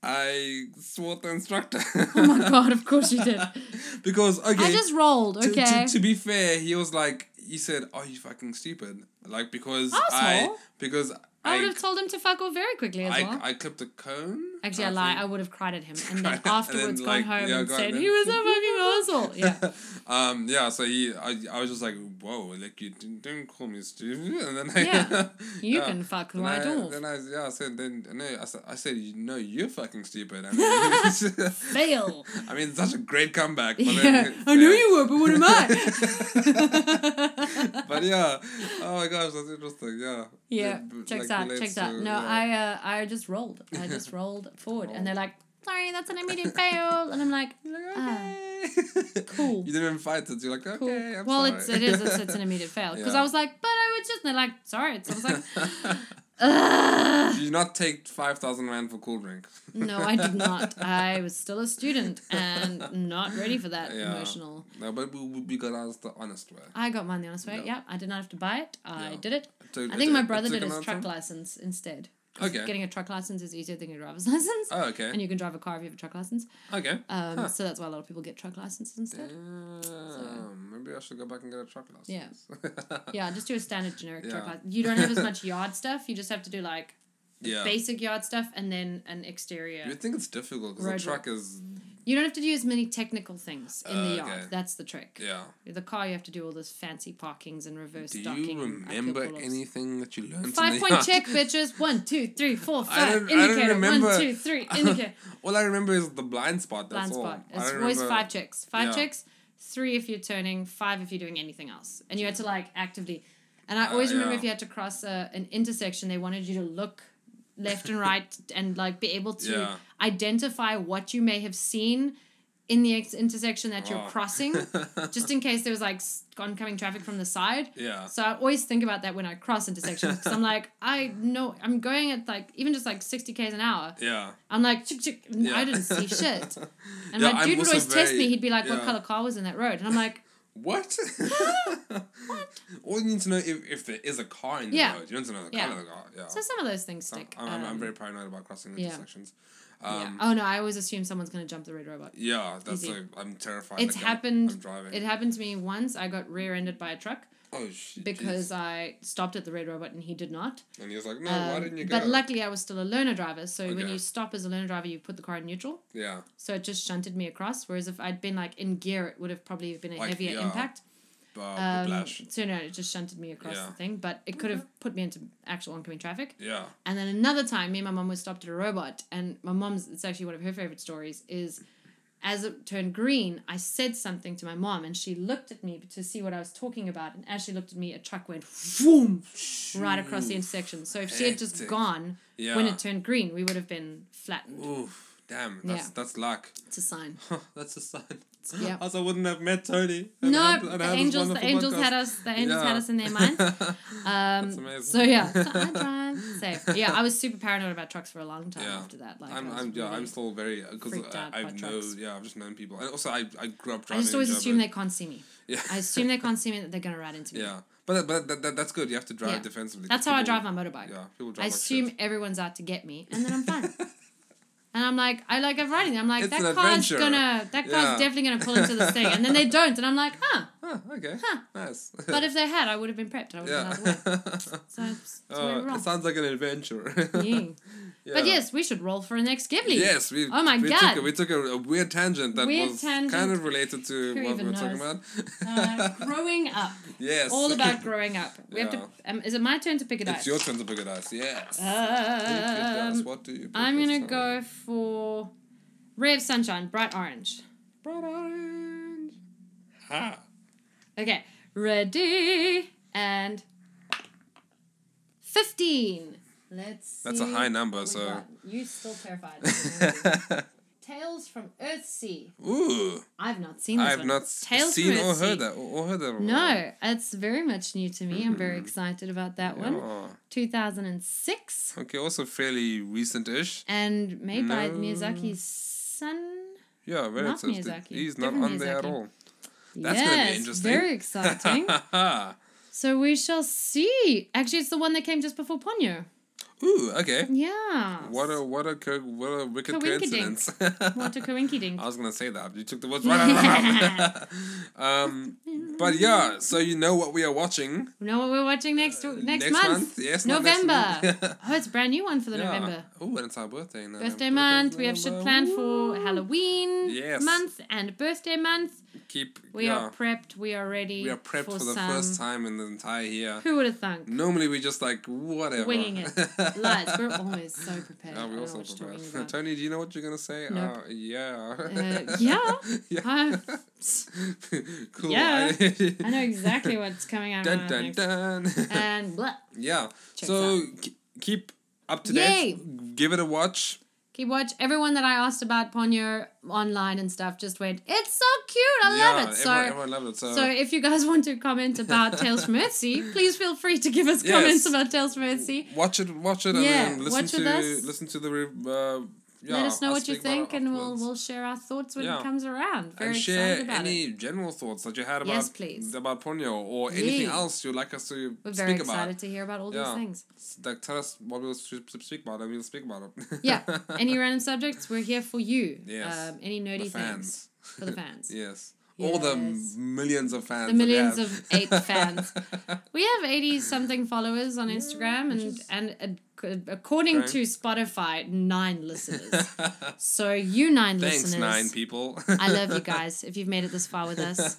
A: I swore at the instructor.
B: oh my god! Of course you did.
A: because okay,
B: I just rolled.
A: to,
B: Okay.
A: to, to be fair, he was like he said, "Are you fucking stupid?" Like because I
B: Asshole.
A: because
B: I would
A: I
B: have told him to fuck off very quickly as
A: I,
B: well.
A: I clipped a cone.
B: Actually, I
A: think.
B: lie. I would have cried at him, and then
A: Cried at- and then,
B: afterwards gone
A: like,
B: home
A: yeah,
B: and
A: gone
B: said
A: and-
B: he was a fucking asshole. Yeah.
A: um yeah so he I, I was just like whoa like you didn't, don't call me stupid and then I,
B: Yeah. You
A: Yeah.
B: can fuck
A: then
B: right
A: I,
B: off.
A: then I yeah I said then no I said, I said you no you're fucking stupid and then,
B: Fail.
A: I mean such a great comeback but
B: Yeah.
A: then,
B: I knew you were, but what am I?
A: but yeah oh my gosh that's interesting yeah
B: Yeah,
A: b-
B: checks
A: like,
B: out,
A: relates
B: checks out.
A: to-
B: No,
A: yeah.
B: I uh, I just rolled. I just rolled forward, and they're like, "Sorry, that's an immediate fail," and I'm like, "Ah,
A: Okay.
B: cool.
A: you didn't fight it. You're like, okay,
B: cool."
A: I'm
B: well,
A: sorry.
B: it's it is it's, it's an immediate fail because
A: Yeah.
B: I was like, "But I was just," and they're like, "Sorry," it's I was like, Ugh.
A: Do you not take 5,000 rand for cool drink?
B: "No, I did not. I was still a student and not ready for that
A: Yeah.
B: emotional."
A: No, but we, we we got ours the honest way.
B: I got mine the honest way. Yeah,
A: Yeah.
B: I did not have to buy it. I
A: Yeah.
B: did it.
A: Took-
B: I think my
A: took-
B: brother
A: took
B: did his
A: another
B: truck
A: time?
B: license instead. 'Cause
A: Okay.
B: Getting a truck license is easier than your driver's license.
A: Oh, okay.
B: And you can drive a car if you have a truck license.
A: okay.
B: Um,
A: Huh.
B: So that's why a lot of people get truck licenses instead.
A: Damn, maybe I should go back and get a truck license.
B: Yeah. Yeah, just do a standard generic truck
A: Yeah.
B: license. You don't have as much yard stuff. You just have to do like
A: yeah.
B: basic yard stuff and then an exterior.
A: You would think it's difficult
B: Road
A: because the truck is.
B: You don't have to do as many technical things in the
A: Uh,
B: yard.
A: okay.
B: That's the trick.
A: Yeah.
B: The car, you have to do all this fancy parkings and reverse
A: Do
B: docking.
A: you
B: and uphill
A: remember
B: pull-offs.
A: anything that you learned?
B: Five point check, bitches. One, two, three, four,
A: I
B: five.
A: don't- I don't
B: indicator. One,
A: remember.
B: two, three. Indicator.
A: All I remember is the blind spot. That's
B: Blind
A: all.
B: spot.
A: I
B: It's
A: don't
B: always
A: remember-
B: five checks. Five
A: Yeah.
B: checks. Three if you're turning. Five if you're doing anything else. And you had to like actively. And I always remember
A: Uh,
B: if
A: yeah.
B: you had to cross a, an intersection, they wanted you to look left and right and like be able to
A: Yeah.
B: identify what you may have seen in the ex- intersection that you're
A: Oh.
B: crossing, just in case there was like s- oncoming traffic from the side.
A: Yeah.
B: So I always think about that when I cross intersections because I'm like, I know I'm going at like even just like 60 k's an hour.
A: Yeah.
B: I'm like, chick, chick, and I
A: Yeah.
B: didn't see shit. And
A: Yeah,
B: my
A: I'm
B: dude would
A: also
B: always test me.
A: very-
B: He'd be like, "What
A: yeah.
B: color car was in that road?" And I'm like,
A: What? what? All you need to know if, if there is a car in the
B: Yeah.
A: road. You don't need to know the
B: Yeah.
A: color of the car. Yeah.
B: "So some of those things stick."
A: I'm, I'm, I'm
B: Um,
A: very paranoid about crossing
B: yeah.
A: intersections.
B: yeah.
A: Um,
B: Oh no, I always assume someone's gonna jump the red robot.
A: yeah. that's
B: Easy.
A: like I'm terrified.
B: It's
A: like, I'm-
B: happened.
A: I'm driving.
B: It happened to me once. I got rear-ended by a truck
A: oh shit.
B: because
A: jeez.
B: I stopped at the red robot and he did not.
A: and he was like, no, why
B: Um,
A: didn't you go?
B: but luckily, I was still a learner driver. So when
A: Okay.
B: you stop as a learner driver, you put the car in neutral.
A: yeah.
B: So it just shunted me across. Whereas if I'd been like in gear, it would have probably been a
A: Like,
B: heavier
A: yeah.
B: impact.
A: Uh,
B: Um,
A: whiplash.
B: so no, it just shunted me across
A: Yeah.
B: the thing. But it could have put me into actual oncoming traffic.
A: Yeah.
B: And then another time, me and my mum were stopped at a robot, and my mum's it's actually one of her favorite stories is as it turned green, I said something to my mom, and she looked at me to see what I was talking about. And as she looked at me, a truck went boom right across the intersection. So if she had just
A: Hectic.
B: gone
A: Yeah.
B: when it turned green, we would have been flattened.
A: Oof. Damn. That's
B: Yeah.
A: that's luck.
B: It's a sign.
A: that's a sign.
B: artists. Yeah.
A: Else I wouldn't have met Tony. and
B: No,
A: had- and had
B: the
A: this
B: angels. The
A: wonderful
B: angels
A: podcast.
B: had us. The angels
A: Yeah.
B: had us in their minds. Um,
A: amazing.
B: So yeah, so I drive safe. Yeah, I was super paranoid about trucks for a long time
A: Yeah.
B: after that. Like I
A: I'm,
B: was
A: I'm, yeah,
B: really-
A: I'm still very uh, because
B: freaked out by
A: I've known,
B: trucks.
A: yeah, I've just known people, and also I, I grew up
B: I
A: driving.
B: just always
A: in
B: assume they
A: Joburg.
B: can't see me.
A: Yeah.
B: I assume they can't see me that they're gonna run into me.
A: yeah, but but that, that, that's good. You have to drive
B: Yeah.
A: defensively. 'cause
B: That's how I
A: people-
B: drive my motorbike.
A: Yeah, people drive.
B: I
A: like
B: assume
A: shit.
B: everyone's out to get me, and then I'm fine. and I'm like, I like I'm riding. I'm like
A: It's
B: that
A: an
B: car's
A: adventure.
B: gonna, that
A: Yeah.
B: car's definitely gonna pull into this thing, and then they don't, and I'm like, huh.
A: Huh, okay.
B: Huh.
A: Nice.
B: But if they had, I would have been prepped. and I would have
A: yeah.
B: been out of the way. So it's, it's
A: Oh,
B: where we're
A: it
B: wrong.
A: sounds like an adventure.
B: Yeah.
A: Yeah.
B: But yes, we should roll for an next Ghibli.
A: Yes, we.
B: Oh my
A: we
B: God.
A: Took a, we took a, a weird tangent that
B: Weird
A: was
B: tangent.
A: kind of related
B: Who
A: to what we
B: even
A: were talking
B: knows?
A: about.
B: Uh, growing up.
A: yes.
B: All about growing up. We have
A: Yeah.
B: to. Um, is it my turn to pick a
A: It's
B: dice?
A: your turn to pick a dice. Yes. You pick dice.
B: Um,
A: What do you? pick
B: I'm
A: this
B: gonna
A: time?
B: go for Ray of Sunshine, bright orange.
A: Bright orange. Ha.
B: Okay, ready and fifteen. Let's. See
A: That's a high number,
B: what we
A: so-
B: got. you still terrified. Tales from Earthsea.
A: Ooh,
B: I've not seen. This
A: I have
B: one.
A: not
B: Tales
A: seen
B: from
A: or
B: Earthsea.
A: heard that or, or heard that. one.
B: No, it's very much new to me. I'm very
A: Mm.
B: excited about that one.
A: Oh,
B: 2006.
A: okay, also fairly recent-ish.
B: And made by
A: No.
B: Miyazaki's son.
A: Yeah, very
B: Not
A: interesting.
B: Miyazaki,
A: He's not
B: different
A: on there at
B: Miyazaki.
A: all. That's
B: yes,
A: gonna be interesting.
B: Very exciting. so we shall see. Actually, it's the one that came just before Ponyo.
A: Ooh, okay.
B: Yeah.
A: What a what a co- what a wicked
B: Coinkydink.
A: coincidence.
B: What a coincidence.
A: I was gonna say that. You took the words right out of my mouth. um, but yeah, so you know what we are watching
B: You know what we're watching next next, month?
A: Uh, Yes, not next
B: November.
A: month.
B: oh, it's a brand new one for the
A: Yeah.
B: November.
A: Ooh, and it's our birthday now.
B: Birthday
A: Birthday's
B: month. We have shit
A: November.
B: planned
A: Woo.
B: for Halloween
A: Yes.
B: month and birthday month.
A: Keep.
B: We
A: yeah,
B: are prepped. We are ready.
A: we are prepped for, the
B: some-
A: first time in the entire year.
B: Who would have thunk?
A: Normally we just like whatever.
B: Winging it. Lies. We're always so prepared.
A: Yeah,
B: I
A: we
B: know
A: also
B: what you're talking
A: prepared.
B: about.
A: Tony, do you know what you're gonna say?
B: Nope.
A: Uh, yeah.
B: Uh, yeah.
A: yeah.
B: I-
A: cool.
B: Yeah.
A: I,
B: I know exactly what's coming out.
A: Dun
B: Dun,
A: dun dun.
B: And blah.
A: yeah.
B: Uh, Checks
A: so k- keep up to date. Give it a watch.
B: Keep watch. Everyone that I asked about Ponyo online and stuff just went, it's so cute. I
A: yeah,
B: love it. So,
A: everyone, everyone uh, loved it. So,
B: so if you guys want to comment about Tales from Earthsea, please feel free to give us
A: Yes.
B: comments about Tales from Earthsea.
A: watch it, watch it,
B: Yeah,
A: and then listen
B: watch
A: to
B: with us.
A: listen to the re- uh, yeah,
B: Let us know
A: I'll
B: what you
A: speak about it
B: think and we'll,
A: afterwards.
B: we'll share our thoughts when
A: Yeah.
B: it comes around. Very
A: and share
B: excited about
A: any
B: it.
A: general thoughts that you had about
B: Yes, please.
A: about Ponyo or anything
B: Yeah.
A: else you'd like us to
B: We're very
A: speak
B: excited
A: about.
B: to hear about all
A: Yeah.
B: these things.
A: S- Like tell us what we'll sp- sp- speak about and we'll speak about it.
B: Yeah. Any random subjects, we're here for you.
A: Yes.
B: Um, any nerdy
A: the
B: things
A: fans.
B: for the fans.
A: Yes. All the
B: Yes.
A: m- millions of fans.
B: The
A: that we
B: millions
A: have.
B: of eight fans. We have 80 something followers on Instagram and
A: is-
B: and ac- according
A: Okay.
B: to Spotify, 9 listeners. so you 9
A: Thanks,
B: listeners.
A: nine people.
B: I love you guys. If you've made it this far with us,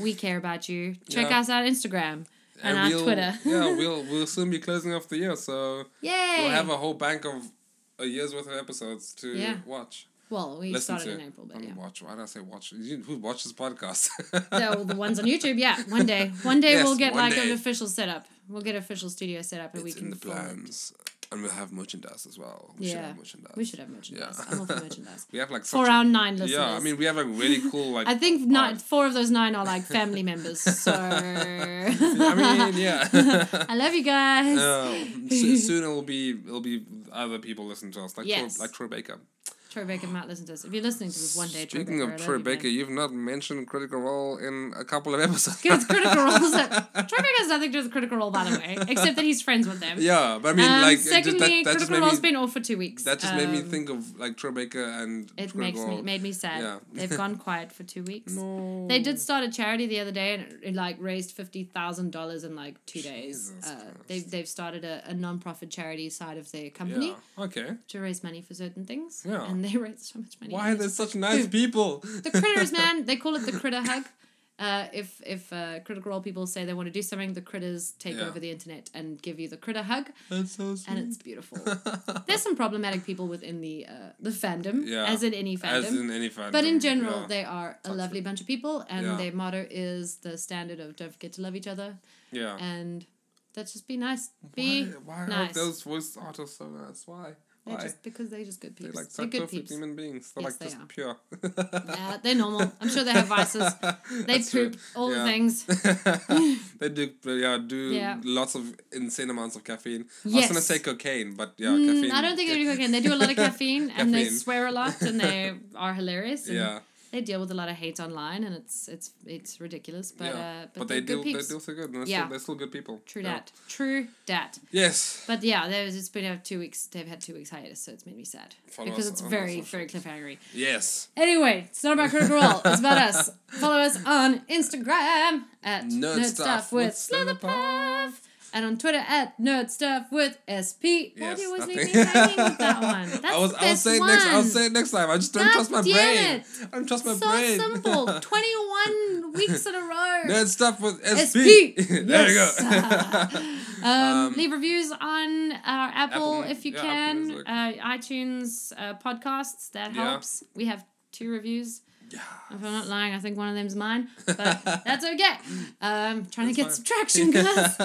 B: we care about you. Check
A: Yeah.
B: us out on Instagram and, our
A: we'll,
B: Twitter.
A: yeah, we'll we'll soon be closing off the year, so
B: Yay!
A: we'll have a whole bank of a year's worth of episodes to
B: Yeah.
A: watch.
B: well, we
A: Listen
B: started
A: to.
B: in April, but
A: Um,
B: yeah.
A: Watch. Why did I say watch? You- Who watches podcasts?
B: So the ones on YouTube, yeah. One day, one day
A: Yes,
B: we'll get
A: one
B: like
A: day.
B: an official setup. We'll get official studio setup, and we
A: it's
B: can.
A: in the
B: film it.
A: plans, and we'll have merchandise as well. We should
B: Yeah.
A: have merchandise.
B: We should have merchandise.
A: Yeah.
B: I'm all for merchandise.
A: We have like
B: For
A: such a-
B: our nine listeners.
A: Yeah, I mean we have a really cool like.
B: I think nine,
A: art.
B: four of those nine are like family members. So
A: I mean, yeah.
B: I love you guys.
A: Um, so, soon it'll be it'll be other people listen to us like
B: Yes.
A: Troy, like Troy Baker.
B: Troy Baker might listen to us. If you're listening to this one day, Troy
A: Speaking
B: Baker,
A: of
B: I
A: Troy
B: love you, man.
A: Baker, you've not mentioned Critical Role in a couple of episodes.
B: Good, it's Critical Role. So, Troy Baker has nothing to do with Critical Role, by the way, except that he's friends with them.
A: yeah, but I mean,
B: um,
A: like, it just,
B: secondly,
A: that, that just
B: Critical
A: made
B: Role's
A: me
B: been off for two weeks.
A: that just made me
B: Um,
A: think of like Troy Baker and
B: It
A: Critical
B: makes me
A: Role.
B: made me sad.
A: Yeah.
B: They've gone quiet for two weeks.
A: No.
B: They did start a charity the other day and it, it, like raised fifty thousand dollars in like two days.
A: Jesus
B: Uh,
A: Christ.
B: they've they've started a, a non-profit charity side of their company
A: Yeah. Okay.
B: to raise money for certain things.
A: Yeah.
B: And they raised so much money.
A: Why are
B: It's
A: they such nice people?
B: the critters, man. They call it the critter hug. Uh, if if uh, critical role people say they want to do something, the critters take
A: Yeah.
B: over the internet and give you the critter hug,
A: That's so sweet.
B: and it's beautiful. There's some problematic people within the uh, the fandom,
A: Yeah.
B: as in any fandom.
A: As in any fandom.
B: but in general,
A: yeah.
B: they are a lovely bunch of people, and
A: Yeah.
B: their motto is the standard of "Don't forget to love each other,"
A: yeah.
B: and that's just be nice,
A: Why,
B: be
A: why are
B: nice.
A: those voice artists so nice? Why?
B: They're
A: Why?
B: just because they're just good
A: They're
B: peeps.
A: like
B: They're
A: such
B: good
A: perfect
B: peeps.
A: human beings. They're
B: Yes,
A: like
B: they
A: just pure.
B: Yeah, they're normal. I'm sure they have vices. They
A: That's true.
B: poop all the
A: Yeah.
B: things.
A: they do yeah, do
B: Yeah.
A: lots of insane amounts of caffeine. I was
B: Yes.
A: gonna say cocaine, but yeah,
B: Mm,
A: caffeine.
B: I don't think they do cocaine. They do a lot of caffeine and they
A: Caffeine.
B: swear a lot and they are hilarious. And
A: Yeah,
B: They deal with a lot of hate online and it's it's it's ridiculous. But
A: Yeah.
B: uh, but,
A: but,
B: they're
A: they
B: good
A: do they
B: peeps.
A: do so good. And they're,
B: Yeah.
A: still, they're still good people.
B: True
A: yeah.
B: dat. True dat.
A: Yes.
B: But yeah, there's it's been uh, two weeks. They've had two weeks hiatus, so it's made me sad
A: Follow
B: because
A: us
B: it's
A: on
B: very
A: social-
B: very cliffhangery.
A: Yes.
B: Anyway, it's not about Critical Role. It's about us. Follow us on Instagram at
A: Nerd
B: Nerd
A: Stuff
B: Stuff with
A: with
B: Slitherpuff. And on Twitter at Nerd Stuff with SP. Why
A: Yes,
B: do you always
A: that
B: leave me
A: thing.
B: hanging with that one? That's
A: I was
B: the
A: I'll
B: best
A: say it
B: one.
A: next I'll say it next time. I just don't
B: God
A: trust my
B: damn
A: brain.
B: it.
A: I don't trust my
B: so
A: brain.
B: simple. 21 weeks in a row.
A: Nerd stuff with
B: SP.
A: SP. there you
B: Yes.
A: go.
B: um, leave reviews on our Apple,
A: Apple-
B: if you
A: yeah, Apple
B: can,
A: Music.
B: uh, iTunes uh, podcasts. That
A: Yeah.
B: helps. We have two reviews.
A: yeah.
B: If I'm not lying, I think one of them's mine, but that's okay. Um, trying to
A: That's
B: get some
A: fine.
B: traction, guys.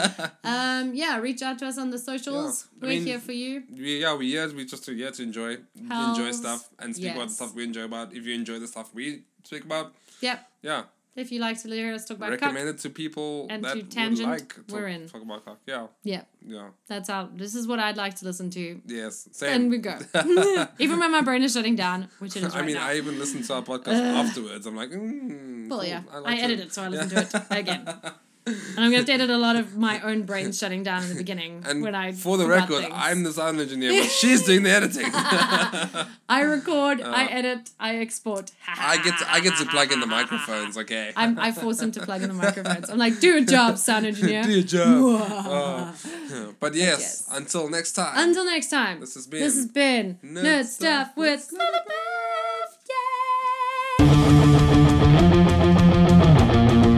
B: um, yeah, reach out to us on the socials.
A: I
B: We're
A: mean,
B: here for you.
A: we, yeah, we here. We just are here to enjoy, enjoy
B: Hells,
A: stuff, and speak about the
B: yes.
A: stuff we enjoy about. If you enjoy the stuff we speak about,
B: Yep.
A: yeah,
B: If you like to hear us talk about
A: recommend
B: cuck,
A: it to people
B: and
A: that
B: to
A: would
B: Tangent,
A: like talk,
B: we're in.
A: talk about cock. Yeah,
B: yeah,
A: yeah,
B: that's out. This is what I'd like to listen to.
A: yes.
B: And
A: Same.
B: we go. Even when my brain is shutting down, which it is right
A: I mean,
B: now. Uh,
A: I even listened to our podcast afterwards. I'm like, mm,
B: well,
A: cool,
B: yeah, I,
A: like
B: edit it, so I listen to it again. And I'm going to edit a lot of my own brain shutting down in the beginning
A: And
B: when I
A: for the
B: forgot
A: record,
B: things.
A: I'm the sound engineer, but she's doing the editing.
B: I record, I edit, I export.
A: Uh, I get to, I get to plug in the microphones. Okay.
B: I'm, I force him to plug in the microphones. I'm like, do your job, sound engineer.
A: Do your job. Uh, but yes,
B: yes.
A: until next time.
B: Until next time.
A: This has
B: This has been
A: Nerd
B: Nerd,
A: Stuff
B: Stuff, with Slitherpuff. Yay!